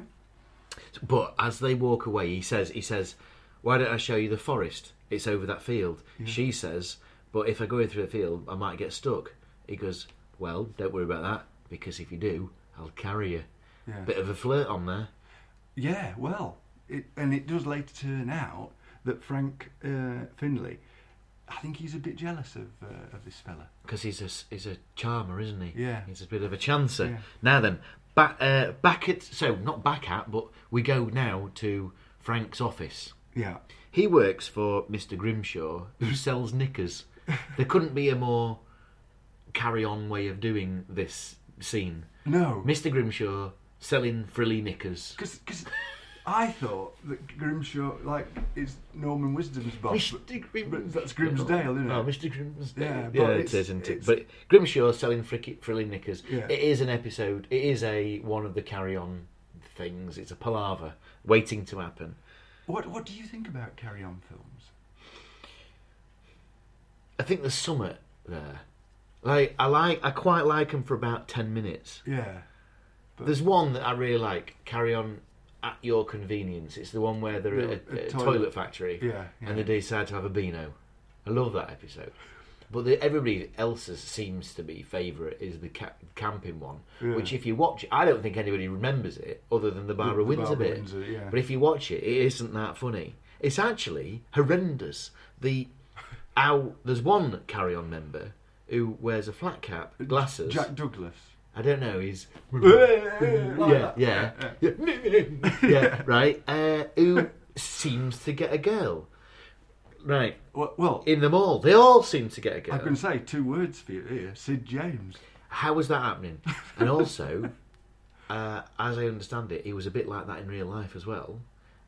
Speaker 1: But as they walk away, he says, he says, why don't I show you the forest? It's over that field. She says, but if I go in through the field, I might get stuck. He goes, well, don't worry about that because if you do, I'll carry you.
Speaker 2: Yeah.
Speaker 1: Bit of a flirt on there.
Speaker 2: Yeah, well, it, and it does later turn out that Frank uh, Findlay, I think he's a bit jealous of uh, of this fella.
Speaker 1: because he's a he's a charmer, isn't he?
Speaker 2: Yeah.
Speaker 1: he's a bit of a chancer.
Speaker 2: Yeah.
Speaker 1: Now then, back uh, back at so not back at, but we go now to Frank's office.
Speaker 2: Yeah,
Speaker 1: He works for Mister Grimshaw, who sells knickers. There couldn't be a more carry-on way of doing this scene.
Speaker 2: no,
Speaker 1: Mister Grimshaw selling frilly knickers.
Speaker 2: because I thought that Grimshaw like is Norman Wisdom's boss. but-
Speaker 1: Grimsdale,
Speaker 2: that's Grimsdale, isn't it?
Speaker 1: Oh, Mr. Grimsdale.
Speaker 2: Yeah, but
Speaker 1: yeah, it
Speaker 2: it's-
Speaker 1: is, isn't it?
Speaker 2: it's-
Speaker 1: But Grimshaw selling fricky, frilly knickers.
Speaker 2: Yeah.
Speaker 1: It is an episode. It is a one of the carry-on things. It's a palaver waiting to happen.
Speaker 2: What What do you think about Carry On films?
Speaker 1: I think there's summit there. Like I like, I quite like them for about ten minutes.
Speaker 2: Yeah,
Speaker 1: There's one that I really like. Carry on at your convenience. It's the one where they're
Speaker 2: Yeah,
Speaker 1: at a,
Speaker 2: a
Speaker 1: a toilet,
Speaker 2: toilet-
Speaker 1: factory,
Speaker 2: Yeah, yeah.
Speaker 1: and they decide to have a beano. I love that episode. But the, everybody else's seems to be favourite is the ca- camping one,
Speaker 2: Yeah.
Speaker 1: which if you watch, I don't think anybody remembers it other than the Barbara
Speaker 2: the
Speaker 1: Windsor
Speaker 2: Barbara
Speaker 1: bit.
Speaker 2: Windsor, yeah.
Speaker 1: But if you watch it, it isn't that funny. It's actually horrendous. The how there's one carry on member who wears a flat cap, glasses.
Speaker 2: Uh, Jack Douglas.
Speaker 1: I don't know.
Speaker 2: *laughs*
Speaker 1: He's
Speaker 2: yeah,
Speaker 1: yeah, yeah, yeah, yeah, *laughs* right. Uh, who seems to get a girl? Right
Speaker 2: Well, well
Speaker 1: in the mall, they all seem to get a girl.
Speaker 2: I can say two words for you here: Sid James.
Speaker 1: How was that happening? And also, *laughs* uh, as I understand it, he was a bit like that in real life as well.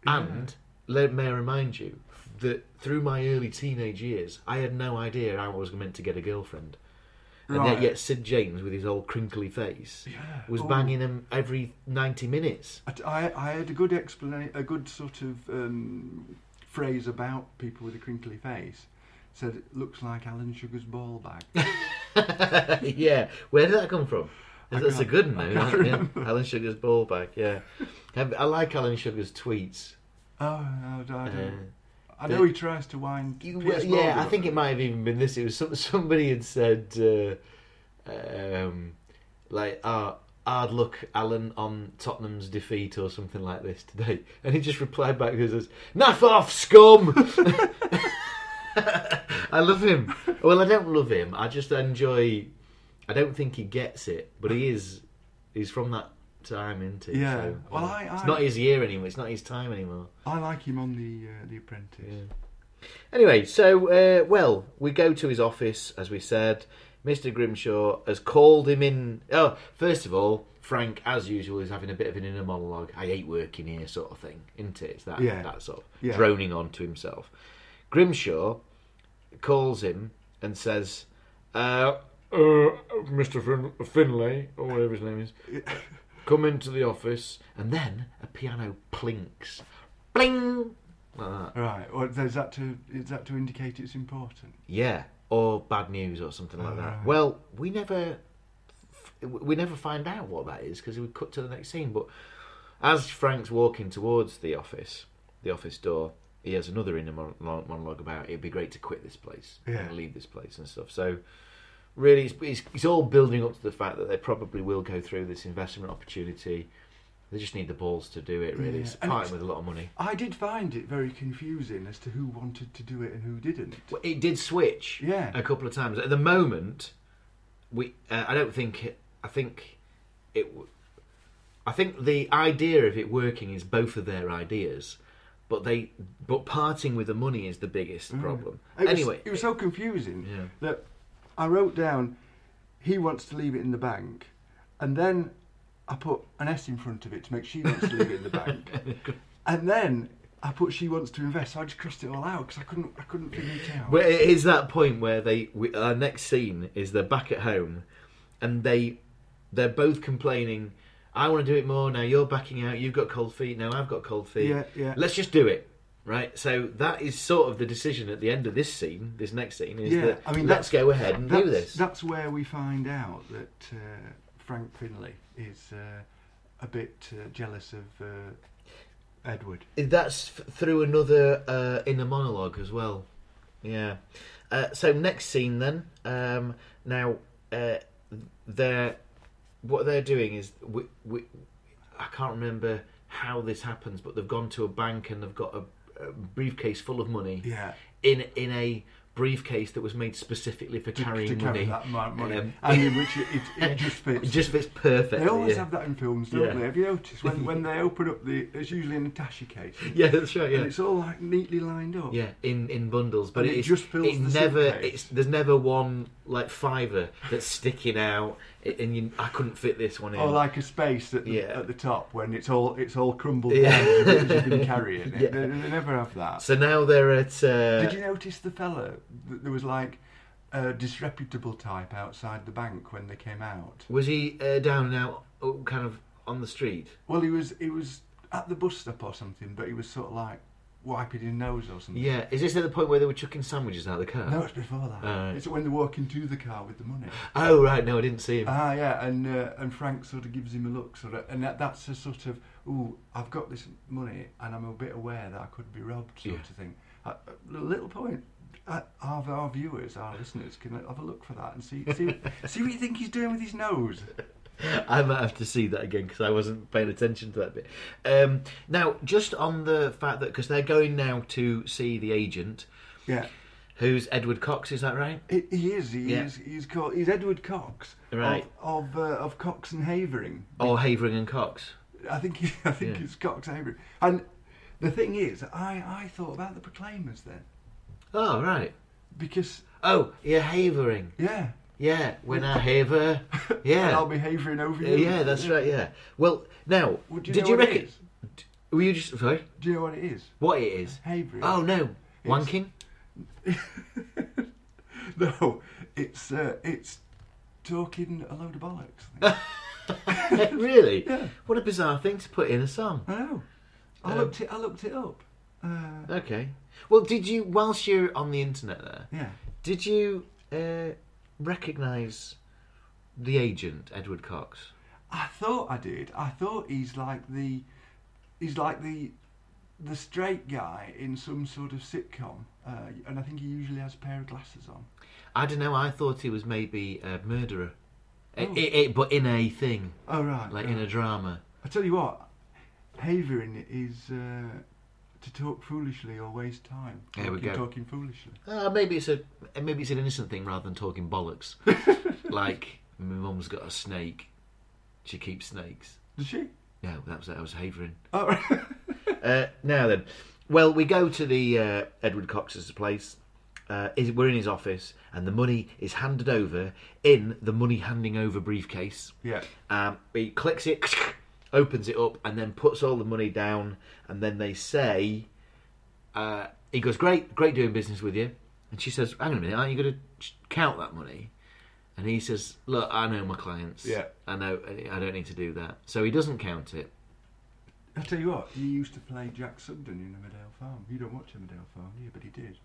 Speaker 1: And let may I remind you that through my early teenage years, I had no idea I was meant to get a girlfriend. And yet,
Speaker 2: Right.
Speaker 1: yet Sid James, with his old crinkly face, was
Speaker 2: Oh.
Speaker 1: banging them every ninety minutes.
Speaker 2: I, I, I had a good explanation, a good sort of um, phrase about people with a crinkly face. Said it looks like Alan Sugar's ball *laughs* bag.
Speaker 1: *laughs* yeah, where did that come from? That's a
Speaker 2: can't-
Speaker 1: good one. though, yeah. Alan Sugar's ball back. Yeah, I I like Alan Sugar's tweets.
Speaker 2: oh, no, I don't.
Speaker 1: Uh,
Speaker 2: I know he tries to wind.
Speaker 1: You,
Speaker 2: Piers Morgan
Speaker 1: yeah, I
Speaker 2: up
Speaker 1: think
Speaker 2: a
Speaker 1: it might have even been this. It was some, *laughs* somebody had said, uh, um, like, ah, hard luck, Alan, on Tottenham's defeat or something like this today. *laughs* And he just replied back and says, Knife off, scum! *laughs* I love him. Well, I don't love him. I just enjoy. I don't think he gets it, but he is. He's from that time, isn't he?
Speaker 2: Yeah.
Speaker 1: So,
Speaker 2: Well, I-
Speaker 1: it's
Speaker 2: I-
Speaker 1: not his year anymore. It's not his time anymore.
Speaker 2: bit. I like him on the uh, the Apprentice.
Speaker 1: Anyway, so uh, well, we go to his office, as we said. Mr. Grimshaw has called him in. Oh, first of all, Frank, as usual, is having a bit of an inner monologue. I hate working here, sort of thing, isn't it? It's that
Speaker 2: Yeah.
Speaker 1: that sort of
Speaker 2: Yeah.
Speaker 1: droning on to himself. Grimshaw calls him and says, uh, uh, "Mr. Fin- Finlay, or whatever his name is,
Speaker 2: *laughs*
Speaker 1: come into the office." And then a piano plinks, bling, like that.
Speaker 2: Right. Well, is that to is that to indicate it's important?
Speaker 1: Yeah, or bad news or something like that.
Speaker 2: Right.
Speaker 1: Well, we never f- we never find out what that is because we cut to the next scene. But as Frank's walking towards the office, the office door, he has another inner mon- mon- monologue about it'd be great to quit this place
Speaker 2: Yeah.
Speaker 1: and leave this place and stuff. So really, it's, it's, it's all building up to the fact that they probably will go through this investment opportunity. They just need the balls to do it. Really,
Speaker 2: Yeah,
Speaker 1: it's
Speaker 2: and
Speaker 1: parting
Speaker 2: it's-
Speaker 1: with a lot of money.
Speaker 2: I did find it very confusing as to who wanted to do it and who didn't.
Speaker 1: Well, It did switch,
Speaker 2: Yeah.
Speaker 1: a couple of times. At the moment, we uh, I don't think it, I think it. w- I think the idea of it working is both of their ideas, but they but parting with the money is the biggest problem.
Speaker 2: Mm. It was-
Speaker 1: anyway,
Speaker 2: it was so confusing
Speaker 1: Yeah.
Speaker 2: that I wrote down he wants to leave it in the bank, and then I put an S in front of it to make she wants to leave it in the bank,
Speaker 1: *laughs*
Speaker 2: and then I put she wants to invest. So I just crossed it all out because I couldn't I couldn't figure it out.
Speaker 1: Well, it is that point where they we, our next scene is they're back at home, and they they're both complaining. I want to do it more now. You're backing out. You've got cold feet now. I've got cold feet.
Speaker 2: Yeah, yeah.
Speaker 1: Let's just do it, right? So that is sort of the decision at the end of this scene. This next scene is
Speaker 2: Yeah,
Speaker 1: that
Speaker 2: I mean,
Speaker 1: let's
Speaker 2: that's-
Speaker 1: go ahead and
Speaker 2: that's,
Speaker 1: do this.
Speaker 2: That's where we find out that uh, Frank Finley is uh, a bit uh, jealous of uh, Edward.
Speaker 1: That's f- through another uh, inner monologue as well. Yeah. Uh, so next scene then. Um, now uh, they're what they're doing is we, we, I can't remember how this happens, but they've gone to a bank and they've got a, a briefcase full of money
Speaker 2: Yeah.
Speaker 1: in in a briefcase that was made specifically for
Speaker 2: To,
Speaker 1: carrying
Speaker 2: to
Speaker 1: money.
Speaker 2: carry that mon- money,
Speaker 1: Um,
Speaker 2: and in which it, it, it
Speaker 1: *laughs*
Speaker 2: just
Speaker 1: it
Speaker 2: fits.
Speaker 1: just fits perfectly.
Speaker 2: They always
Speaker 1: yeah.
Speaker 2: have that in films, don't
Speaker 1: Yeah.
Speaker 2: they? Have you noticed when, when they open up the? It's usually an attaché case,
Speaker 1: *laughs* Yeah, that's right.
Speaker 2: and
Speaker 1: Yeah.
Speaker 2: it's all like neatly lined up.
Speaker 1: Yeah, in, in bundles, but
Speaker 2: And it
Speaker 1: it's
Speaker 2: just fills
Speaker 1: it's
Speaker 2: the
Speaker 1: never
Speaker 2: suitcase.
Speaker 1: it's there's never one like fiver that's sticking out, i- and you, I couldn't fit this one in.
Speaker 2: Or like a space at the,
Speaker 1: Yeah.
Speaker 2: at the top when it's all it's all crumbled
Speaker 1: Yeah.
Speaker 2: down because you've
Speaker 1: *laughs*
Speaker 2: been carrying it.
Speaker 1: Yeah.
Speaker 2: They, they never have that.
Speaker 1: so now they're at. Uh,
Speaker 2: Did you notice the fella? Th- There was like a disreputable type outside the bank when they came out.
Speaker 1: Was he uh, down and out, oh, kind of on the street?
Speaker 2: Well, he was he was at the bus stop or something, but he was sort of like wiping his nose or something.
Speaker 1: Yeah. Is this at the point where they were chucking sandwiches out of the car?
Speaker 2: No, it's before that.
Speaker 1: Alright.
Speaker 2: It's when they walk into the car with the money.
Speaker 1: Oh right, no, I didn't see him.
Speaker 2: Ah, yeah, and uh, and Frank sort of gives him a look, sort of, and that, that's a sort of, ooh, I've got this money, and I'm a bit aware that I could be robbed, sort
Speaker 1: Yeah.
Speaker 2: of thing. A a little point. Uh, our, our viewers, our listeners, can have a look for that and see
Speaker 1: *laughs*
Speaker 2: see, see what you think he's doing with his nose.
Speaker 1: *laughs* I might have to see that again because I wasn't paying attention to that bit. Um, now, just on the fact that because they're going now to see the agent,
Speaker 2: Yeah,
Speaker 1: who's Edward Cox, is that right?
Speaker 2: he, he is. He
Speaker 1: Yeah.
Speaker 2: is. He's called. He's Edward Cox.
Speaker 1: Right.
Speaker 2: Of of, uh, of Cox and Havering.
Speaker 1: Or Havering and Cox?
Speaker 2: I think he, *laughs* I think
Speaker 1: Yeah.
Speaker 2: it's Cox Havering. And the thing is, I I thought about the Proclaimers then
Speaker 1: Oh right.
Speaker 2: because
Speaker 1: Oh, you're havering.
Speaker 2: yeah.
Speaker 1: Yeah, when I haver.
Speaker 2: And *laughs* I'll
Speaker 1: Yeah.
Speaker 2: be havering over
Speaker 1: Uh,
Speaker 2: you.
Speaker 1: Yeah, that's right, yeah. Well, now,
Speaker 2: Well, do you
Speaker 1: did
Speaker 2: know
Speaker 1: you
Speaker 2: what it
Speaker 1: reckon.
Speaker 2: is?
Speaker 1: d- Were you just. Sorry?
Speaker 2: Do you know what it is?
Speaker 1: What it is?
Speaker 2: Havering.
Speaker 1: Oh, no. Wanking?
Speaker 2: *laughs* No, it's uh, it's talking a load of bollocks. I
Speaker 1: *laughs* *laughs*
Speaker 2: think.
Speaker 1: really?
Speaker 2: Yeah.
Speaker 1: What a bizarre thing to put in a song.
Speaker 2: I know. I
Speaker 1: Um,
Speaker 2: looked it. I looked it up. Uh,
Speaker 1: Okay. Well, did you, whilst you're on the internet there,
Speaker 2: yeah.
Speaker 1: did you uh, recognise the agent, Edward Cox?
Speaker 2: I thought I did. I thought he's like the he's like the the straight guy in some sort of sitcom, uh, and I think he usually has a pair of glasses on.
Speaker 1: I don't know. I thought he was maybe a murderer, I-
Speaker 2: Oh.
Speaker 1: I- I- but in a thing,
Speaker 2: Oh right,
Speaker 1: like
Speaker 2: right.
Speaker 1: in a drama.
Speaker 2: I tell you what, havering is uh, to talk foolishly or waste time.
Speaker 1: There we
Speaker 2: Talking-
Speaker 1: go.
Speaker 2: Talking foolishly.
Speaker 1: Uh, maybe it's a maybe it's an innocent thing rather than talking bollocks. like my mum's got a snake. She keeps snakes.
Speaker 2: Does she?
Speaker 1: No, that was that was havering. *laughs*
Speaker 2: Oh, right.
Speaker 1: Uh, now then, well, we go to the uh, Edward Cox's place. Uh, is, we're in his office, and the money is handed over in the money handing over briefcase.
Speaker 2: yeah.
Speaker 1: Um, he clicks it, *sniffs* opens it up, and then puts all the money down. And then they say, uh, he goes, "Great, great doing business with you." And she says, "Hang on a minute, aren't you going to count that money?" And he says, "Look, I know my clients.
Speaker 2: Yeah.
Speaker 1: I know. I don't need to do that." So he doesn't count it.
Speaker 2: I tell you what, he used to play Jack Sugden in Emmerdale Farm. You don't watch Emmerdale Farm, do you? But he did.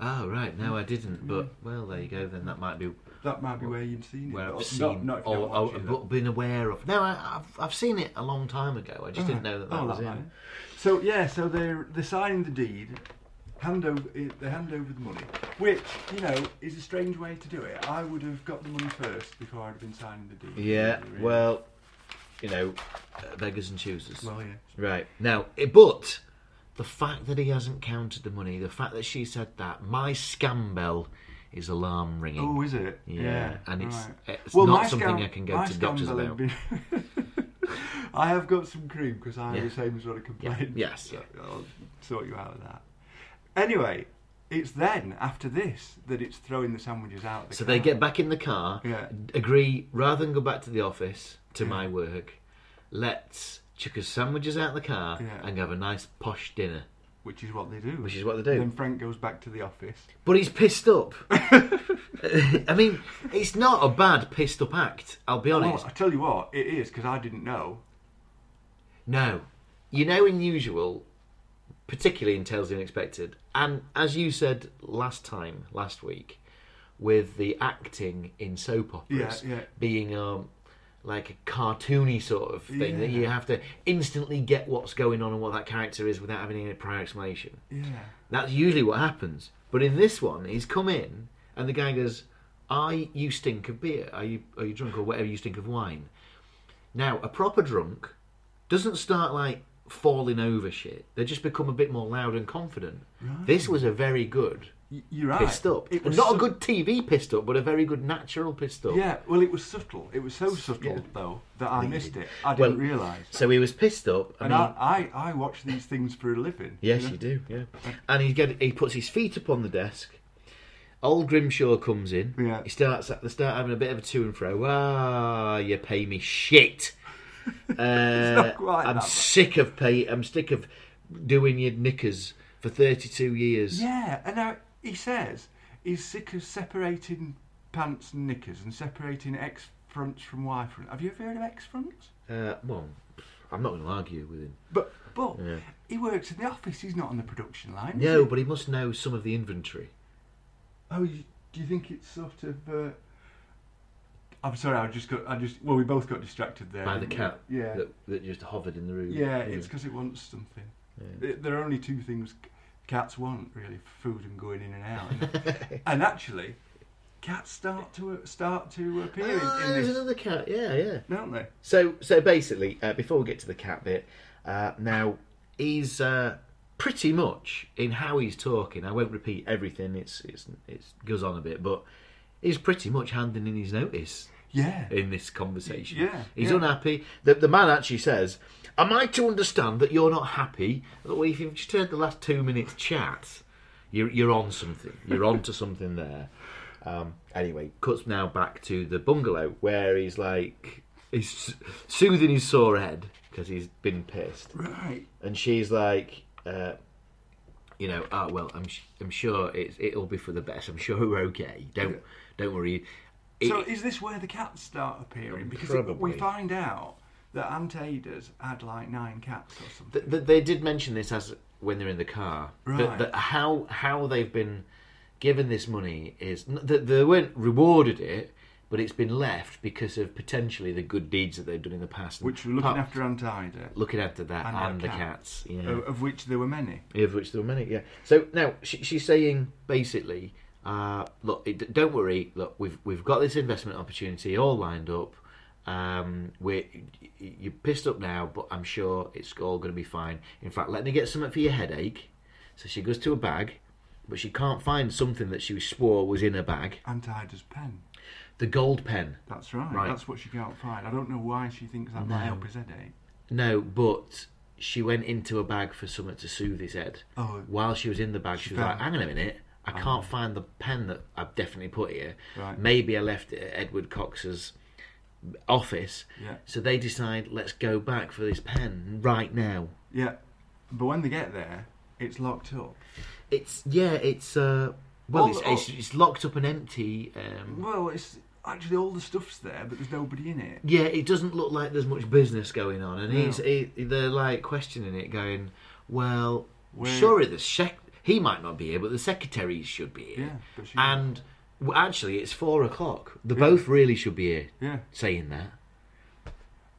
Speaker 1: Oh right, no, I didn't. But
Speaker 2: Mm.
Speaker 1: well, there you go. Then that might be
Speaker 2: That might be where you've seen it.
Speaker 1: where
Speaker 2: but
Speaker 1: I've
Speaker 2: not-
Speaker 1: seen oh,
Speaker 2: not if you
Speaker 1: or,
Speaker 2: don't watch
Speaker 1: or
Speaker 2: it.
Speaker 1: but been aware of. No, I, I've I've seen it a long time ago. I just didn't know that that
Speaker 2: Oh,
Speaker 1: was
Speaker 2: might.
Speaker 1: in.
Speaker 2: So yeah, so they they sign the deed, hand over it- they hand over the money, which you know is a strange way to do it. I would have got the money first before I'd have been signing the deed.
Speaker 1: Yeah.
Speaker 2: really.
Speaker 1: Well, you know, uh, beggars and choosers.
Speaker 2: well, yeah.
Speaker 1: Right. Now, i- but the fact that he hasn't counted the money, the fact that she said that, my scam bell is alarm ringing.
Speaker 2: Oh, is it?
Speaker 1: Yeah, and it's- it's
Speaker 2: Well,
Speaker 1: not
Speaker 2: my
Speaker 1: something
Speaker 2: scam-
Speaker 1: I can go
Speaker 2: my
Speaker 1: to doctors
Speaker 2: scandal had been- *laughs* I have got some cream because I
Speaker 1: Yeah.
Speaker 2: have the same sort of complaint.
Speaker 1: Yeah, yes,
Speaker 2: So *laughs* I'll sort you out of that. Anyway, it's then after this that it's throwing the sandwiches out. of The
Speaker 1: so they
Speaker 2: car.
Speaker 1: get back in the car,
Speaker 2: Yeah.
Speaker 1: agree, rather than go back to the office, to
Speaker 2: Yeah.
Speaker 1: my work, let's chuck us sandwiches out the car
Speaker 2: Yeah.
Speaker 1: and have a nice posh dinner,
Speaker 2: which is what they do.
Speaker 1: which is what they do.
Speaker 2: Then Frank goes back to the office.
Speaker 1: But he's pissed
Speaker 2: *laughs*
Speaker 1: up. *laughs* I mean, it's not a bad pissed up act, I'll be honest.
Speaker 2: Well, I tell you what, it is because I didn't know.
Speaker 1: No. You know, in usual, particularly in Tales of the Unexpected, and as you said last time, last week, with the acting in soap operas
Speaker 2: Yeah, yeah.
Speaker 1: being um, like a cartoony sort of thing that
Speaker 2: Yeah.
Speaker 1: you have to instantly get what's going on and what that character is without having any prior explanation.
Speaker 2: Yeah.
Speaker 1: That's usually what happens. But in this one, he's come in and the guy goes, "I, you stink of beer. Are you, are you drunk or whatever? You stink of wine." Now, a proper drunk doesn't start like falling over shit. They just become a bit more loud and confident. This was a very good
Speaker 2: Y- You're right.
Speaker 1: pissed up,
Speaker 2: It was
Speaker 1: not
Speaker 2: sub-
Speaker 1: a good TV pissed up, but a very good natural pissed up.
Speaker 2: Yeah. Well, it was subtle. It was so subtle
Speaker 1: yeah.
Speaker 2: though that I missed it. I
Speaker 1: Well,
Speaker 2: didn't realise.
Speaker 1: So he was pissed up. I
Speaker 2: And
Speaker 1: mean,
Speaker 2: I, I, I watch these things for a living.
Speaker 1: Yes,
Speaker 2: *laughs* know?
Speaker 1: you do. Yeah, and he get he puts his feet upon the desk. Old Grimshaw comes in.
Speaker 2: Yeah.
Speaker 1: He starts they start having a bit of a to and fro. Ah, you pay me shit. Uh,
Speaker 2: not quite
Speaker 1: I'm
Speaker 2: that bad.
Speaker 1: sick of pay. I'm sick of doing your knickers for 32 years.
Speaker 2: Yeah. And now he says he's sick of separating pants and knickers and separating ex fronts from Y front. Have you ever heard of ex fronts?
Speaker 1: Uh, well, I'm not going to argue with him.
Speaker 2: But but
Speaker 1: Yeah.
Speaker 2: he works in the office. He's not on the production line. is
Speaker 1: No,
Speaker 2: he?
Speaker 1: but he must know some of the inventory.
Speaker 2: Oh, you, do you think it's sort of? Uh... I'm sorry, I just got. I just. Well, we both got distracted there.
Speaker 1: By the
Speaker 2: didn't we?
Speaker 1: cat
Speaker 2: Yeah.
Speaker 1: that, that just hovered in the room.
Speaker 2: Yeah, it's because it wants something. Th- There are only two things c- cats want, really: food and going in and out.
Speaker 1: *laughs*
Speaker 2: And, and actually, cats start to uh, start to appear
Speaker 1: Ah,
Speaker 2: in, in
Speaker 1: there's
Speaker 2: this,
Speaker 1: another cat. Yeah, yeah.
Speaker 2: don't they?
Speaker 1: So, so basically, uh, before we get to the cat bit, uh, now he's uh, pretty much in how he's talking. I won't repeat everything; it's it's it goes on a bit, but he's pretty much handing in his notice
Speaker 2: Yeah.
Speaker 1: in this conversation.
Speaker 2: Yeah,
Speaker 1: he's
Speaker 2: yeah.
Speaker 1: unhappy. The, the man actually says, "Am I to understand that you're not happy? That if you've just heard the last two minutes chat, you're you're on something. You're on to something there." Um, anyway, cuts now back to the bungalow where he's like he's s- soothing his sore head because he's been pissed,
Speaker 2: Right.
Speaker 1: and she's like. Uh, you know, ah, well, I'm sh- I'm sure it's it'll be for the best. I'm sure we're okay. Don't don't worry. It-
Speaker 2: So is this where the cats start appearing? Because it-
Speaker 1: Probably.
Speaker 2: we find out that Aunt Ada's had like nine cats or something.
Speaker 1: Th- th- they did mention this as when they're in the car. that-
Speaker 2: Right.
Speaker 1: That, how how they've been given this money is n- that they weren't rewarded it, but it's been left because of potentially the good deeds that they've done in the past. And
Speaker 2: Which were looking
Speaker 1: part-
Speaker 2: after Antarctica,
Speaker 1: looking after that
Speaker 2: And Oh,
Speaker 1: and,
Speaker 2: our
Speaker 1: the
Speaker 2: cat.
Speaker 1: cats. Yeah.
Speaker 2: of, of which there were many.
Speaker 1: Of which there were many, yeah. So now she, she's saying basically, uh, look, it, don't worry. Look, we've we've got this investment opportunity all lined up. Um, we're y- you're pissed up now, but I'm sure it's all going to be fine. In fact, let me get something for your headache. So she goes to a bag, but she can't find something that she swore was in her bag.
Speaker 2: Antarctica's pen.
Speaker 1: The gold pen.
Speaker 2: That's right.
Speaker 1: Right.
Speaker 2: That's what she can't find. I don't know why she thinks that might help his headache.
Speaker 1: No, but she went into a bag for something to soothe his head.
Speaker 2: Oh.
Speaker 1: While she was in the bag, she, was like,
Speaker 2: found-
Speaker 1: hang on a minute. I can't find the pen that I've definitely put here.
Speaker 2: Right.
Speaker 1: Maybe I left it at Edward Cox's office.
Speaker 2: Yeah.
Speaker 1: So they decide, let's go back for this pen right now.
Speaker 2: Yeah. But when they get there, it's locked up.
Speaker 1: It's, yeah, it's, uh, well,
Speaker 2: All-
Speaker 1: it's,
Speaker 2: all-
Speaker 1: it's, it's locked up and empty. Um,
Speaker 2: Well, it's actually all the stuff's there, but there's nobody in it.
Speaker 1: yeah, it doesn't look like there's much business going on. And
Speaker 2: No.
Speaker 1: he's, he, they're like questioning it, going, well,
Speaker 2: Where-
Speaker 1: surely the sec- he might not be here, but the secretary should be here.
Speaker 2: Yeah, but she-
Speaker 1: and well, actually, it's four o'clock. They both really should be here
Speaker 2: Yeah.
Speaker 1: saying that.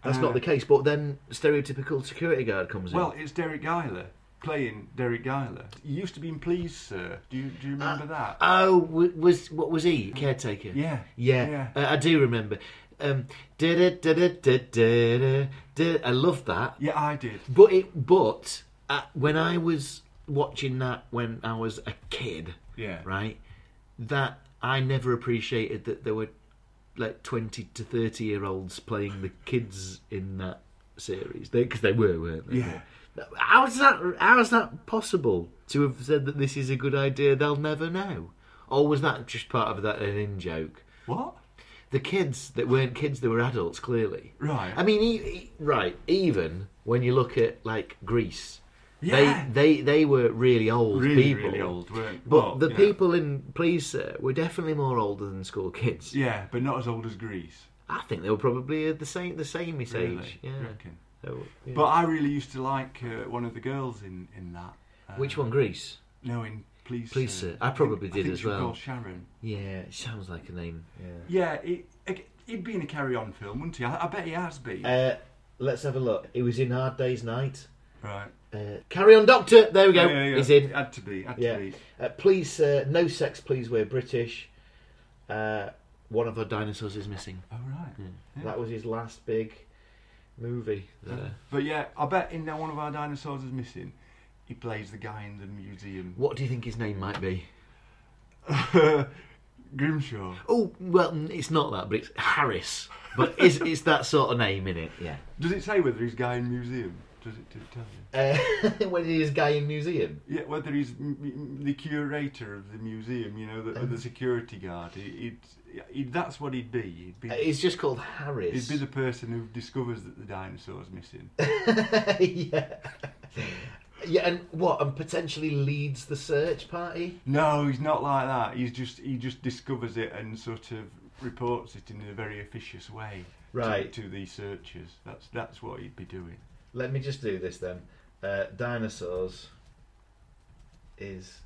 Speaker 1: That's
Speaker 2: Uh,
Speaker 1: not the case. But then stereotypical security guard comes
Speaker 2: Well,
Speaker 1: in.
Speaker 2: it's Derek Giler playing Derek Giler. He used to be in Please, Sir. Do you, do you remember that?
Speaker 1: Oh, w- was what was he caretaker?
Speaker 2: Yeah,
Speaker 1: yeah. Uh, I do remember. Um, da da da da da da. I love that.
Speaker 2: yeah, I did.
Speaker 1: But it, but uh, when I was watching that when I was a kid,
Speaker 2: Yeah.
Speaker 1: right, that I never appreciated that there were like twenty to thirty year olds playing the kids in that series because they, were, weren't they?
Speaker 2: Yeah.
Speaker 1: How is that? How is that possible to have said that this is a good idea? They'll never know. Or was that just part of that an in joke?
Speaker 2: What?
Speaker 1: the kids that weren't kids they were adults clearly
Speaker 2: Right.
Speaker 1: i mean e- e- right even when you look at like greece
Speaker 2: Yeah.
Speaker 1: they they they were really old
Speaker 2: Really,
Speaker 1: people
Speaker 2: really old, weren't
Speaker 1: but
Speaker 2: well,
Speaker 1: the
Speaker 2: you know.
Speaker 1: people in please sir were definitely more older than school kids
Speaker 2: Yeah, but not as old as Greece.
Speaker 1: i think they were probably the same the same age
Speaker 2: Really?
Speaker 1: yeah,
Speaker 2: You reckon?
Speaker 1: So, yeah.
Speaker 2: But I really used to like uh, one of the girls in, in that. Uh,
Speaker 1: which one greece
Speaker 2: No, in Please,
Speaker 1: Please, Sir. I probably
Speaker 2: think-
Speaker 1: did
Speaker 2: I think
Speaker 1: as
Speaker 2: she was
Speaker 1: well.
Speaker 2: called Sharon.
Speaker 1: yeah it sounds like a name yeah
Speaker 2: Yeah, it, it, it'd been a carry on film, wouldn't he? I, I bet he has been.
Speaker 1: uh, let's have a look it was in hard day's night
Speaker 2: right.
Speaker 1: uh, carry on doctor there we go
Speaker 2: Yeah, yeah, yeah.
Speaker 1: he's in
Speaker 2: Had to be. Had to
Speaker 1: Yeah.
Speaker 2: be.
Speaker 1: Uh, please, uh, no sex, please. We're British. Uh, one of our dinosaurs is missing.
Speaker 2: Oh, right. Yeah.
Speaker 1: That was his last big movie. Uh, There.
Speaker 2: But yeah, I bet in Now One of Our Dinosaurs Is Missing, he plays the guy in the
Speaker 1: *laughs*
Speaker 2: museum.
Speaker 1: What do you think his name might be?
Speaker 2: Grimshaw.
Speaker 1: Oh, well, n- it's not that, but it's Harris. But it's, it's that sort of name in it. Yeah.
Speaker 2: Does it say whether he's guy in museum? Does it, does it tell you?
Speaker 1: Uh, *laughs* when is guy in museum?
Speaker 2: Yeah, whether he's m- m- the curator of the museum, you know, the,
Speaker 1: Uh-huh.
Speaker 2: or the security guard. It, it, it, that's what he'd be. He'd be,
Speaker 1: Uh, It's just called Harris. *laughs*
Speaker 2: he'd be the person who discovers that the dinosaur's missing.
Speaker 1: yeah. Yeah, and what? And potentially leads the search party.
Speaker 2: no, he's not like that. He's just he just discovers it and sort of reports it in a very officious way to-
Speaker 1: Right.
Speaker 2: to, the searchers. That's that's what he'd be doing.
Speaker 1: Let me just do this then. Uh, dinosaurs is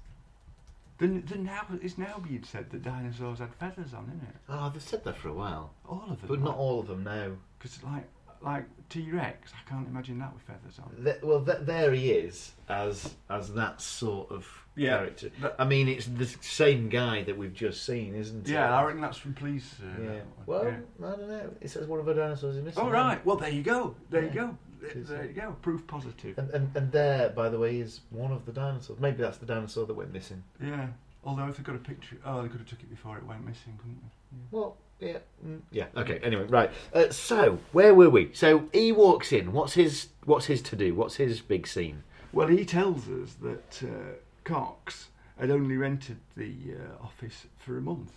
Speaker 2: The, the now it's now being said that dinosaurs had feathers on, isn't it?
Speaker 1: Oh, they've said that for a while,
Speaker 2: All of them,
Speaker 1: but not all of them. No.
Speaker 2: Because like like T Rex, I can't imagine that with feathers on.
Speaker 1: Th well, th- there he is as as that sort of
Speaker 2: Yeah,
Speaker 1: character.
Speaker 2: that-
Speaker 1: I mean, it's the same guy that we've just seen, isn't it?
Speaker 2: Yeah, I reckon that's from Please. Uh, that
Speaker 1: Yeah.
Speaker 2: one.
Speaker 1: Well,
Speaker 2: Yeah.
Speaker 1: I don't know. It says one of our dinosaurs is missing.
Speaker 2: All right. Well, there you go. There
Speaker 1: Yeah.
Speaker 2: you go. There-
Speaker 1: It's,
Speaker 2: There
Speaker 1: uh,
Speaker 2: you go. Proof positive.
Speaker 1: And, and and there, by the way, is one of the dinosaurs. Maybe that's the dinosaur that went missing.
Speaker 2: Yeah. Although if they got a picture, oh, they could have took it before it went missing, couldn't they?
Speaker 1: Well, yeah, mm, yeah. Okay. Anyway, right. Uh, so where were we? So he walks in. What's his What's his to do? What's his big scene?
Speaker 2: Well, he tells us that uh, Cox had only rented the uh, office for a month,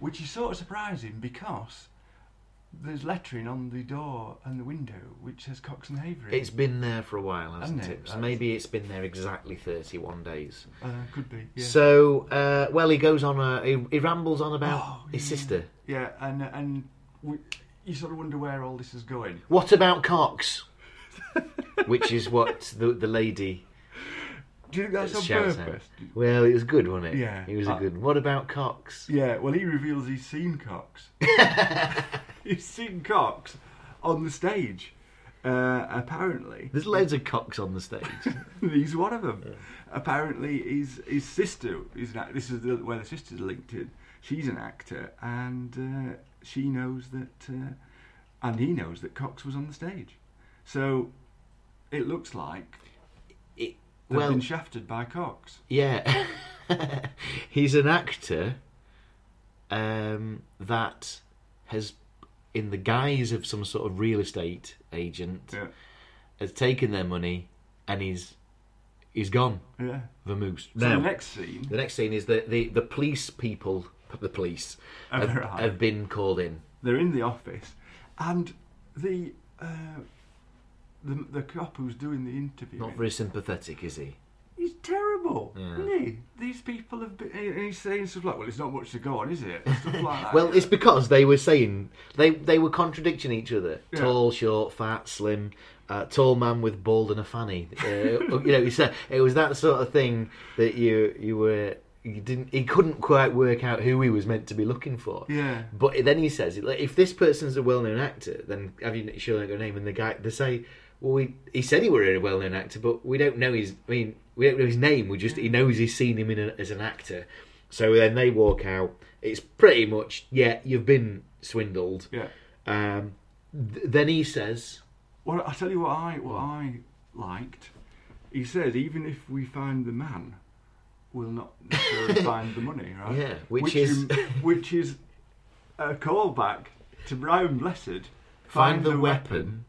Speaker 2: which is sort of surprising because there's lettering on the door and the window which says Cox and Havery.
Speaker 1: It's been there for a while, hasn't
Speaker 2: Hasn't it?
Speaker 1: it? So maybe it's been there exactly thirty-one days.
Speaker 2: uh, could be. Yeah.
Speaker 1: So, uh, well, he goes on a he, he rambles on about
Speaker 2: Oh,
Speaker 1: his
Speaker 2: yeah.
Speaker 1: sister.
Speaker 2: Yeah, and and we, you sort of wonder where all this is going. *laughs*
Speaker 1: What about Cox? Which is what the the lady
Speaker 2: Do you think that's on
Speaker 1: shouts out.
Speaker 2: purpose?
Speaker 1: Well, it was good, wasn't it?
Speaker 2: Yeah.
Speaker 1: It was a
Speaker 2: Uh,
Speaker 1: good one. What about Cox?
Speaker 2: Yeah, well, he reveals he's
Speaker 1: *laughs*
Speaker 2: seen Cox. he's seen Cox on the stage. Uh, apparently,
Speaker 1: There's loads of cocks on the stage.
Speaker 2: *laughs* he's one of them. Apparently, his his sister is an act- this is the, where the sister's linked in. She's an actor, and uh, she knows that, uh, and he knows that Cox was on the stage. So it looks like
Speaker 1: It-
Speaker 2: they've
Speaker 1: well,
Speaker 2: been shafted by Cox.
Speaker 1: yeah. *laughs* He's an actor um, that has, in the guise of some sort of real estate agent,
Speaker 2: Yeah,
Speaker 1: has taken their money and he's he's gone.
Speaker 2: yeah.
Speaker 1: Vamoose.
Speaker 2: So
Speaker 1: Now,
Speaker 2: the next scene,
Speaker 1: the next scene is that the, the police people, the police,
Speaker 2: Oh,
Speaker 1: have,
Speaker 2: right.
Speaker 1: have been called in.
Speaker 2: they're in the office, and the uh, the the cop who's doing the interview.
Speaker 1: Not very sympathetic, is he?
Speaker 2: He's terrible,
Speaker 1: Yeah.
Speaker 2: isn't he? These people have been. And he's saying stuff like, "Well, it's not much to go on, is it?" And
Speaker 1: *laughs*
Speaker 2: stuff like that.
Speaker 1: Well, it's because they were saying they they were contradicting each other.
Speaker 2: Yeah.
Speaker 1: Tall, short, fat, slim, uh, tall man with bald and a fanny. Uh, *laughs* you know, it's a, it was that sort of thing that you you were you didn't he couldn't quite work out who he was meant to be looking for.
Speaker 2: Yeah.
Speaker 1: But then he says, like, if this person's a well-known actor, then have you sure got a name? And the guy they say, well, we, he said he were a well-known actor, but we don't know his. I mean, we don't know his name. We just he knows he's seen him in a, as an actor. So then they walk out. It's pretty much yeah, you've been swindled.
Speaker 2: yeah.
Speaker 1: Um, th- then he says,
Speaker 2: Well, I tell you what I what
Speaker 1: Hmm.
Speaker 2: I liked. He said, "Even if we find the man, we'll not
Speaker 1: *laughs*
Speaker 2: necessarily find the money." Right?
Speaker 1: Yeah, which is-
Speaker 2: rem- which is a callback to Brian Blessed.
Speaker 1: "Find, the, weapon,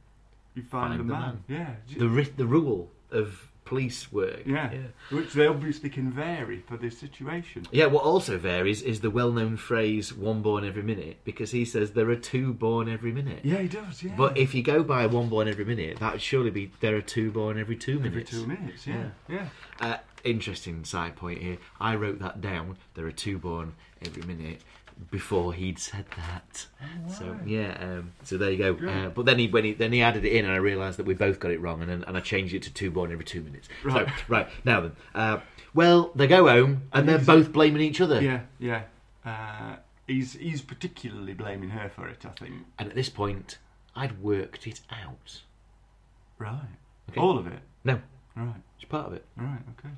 Speaker 2: you find, the, man. Yeah,
Speaker 1: the ri- the rule of police work."
Speaker 2: yeah, Which they obviously can vary for this situation.
Speaker 1: Yeah, what also varies is the well known phrase one born every minute because he says there are two born every minute.
Speaker 2: Yeah, he does. Yeah.
Speaker 1: But if you go by one born every minute, that would surely be there are two born every two minutes.
Speaker 2: every two minutes. Yeah. Yeah.
Speaker 1: Uh, interesting side point here. I wrote that down. There are two born every minute before he'd said that.
Speaker 2: Oh,
Speaker 1: So yeah, um, so there you go. Uh, but then he when he then he added it in, and I realised that we both got it wrong, and then- and I changed it to two born every two minutes.
Speaker 2: Right.
Speaker 1: So *laughs* right now then, uh, well they go home and they're
Speaker 2: he's-
Speaker 1: both blaming each other.
Speaker 2: Yeah. Yeah. Uh, he's he's particularly blaming her for it. I think.
Speaker 1: And at this point, I'd worked it out.
Speaker 2: Right.
Speaker 1: Okay.
Speaker 2: All of it.
Speaker 1: No,
Speaker 2: Right.
Speaker 1: it's part of it.
Speaker 2: Right, okay.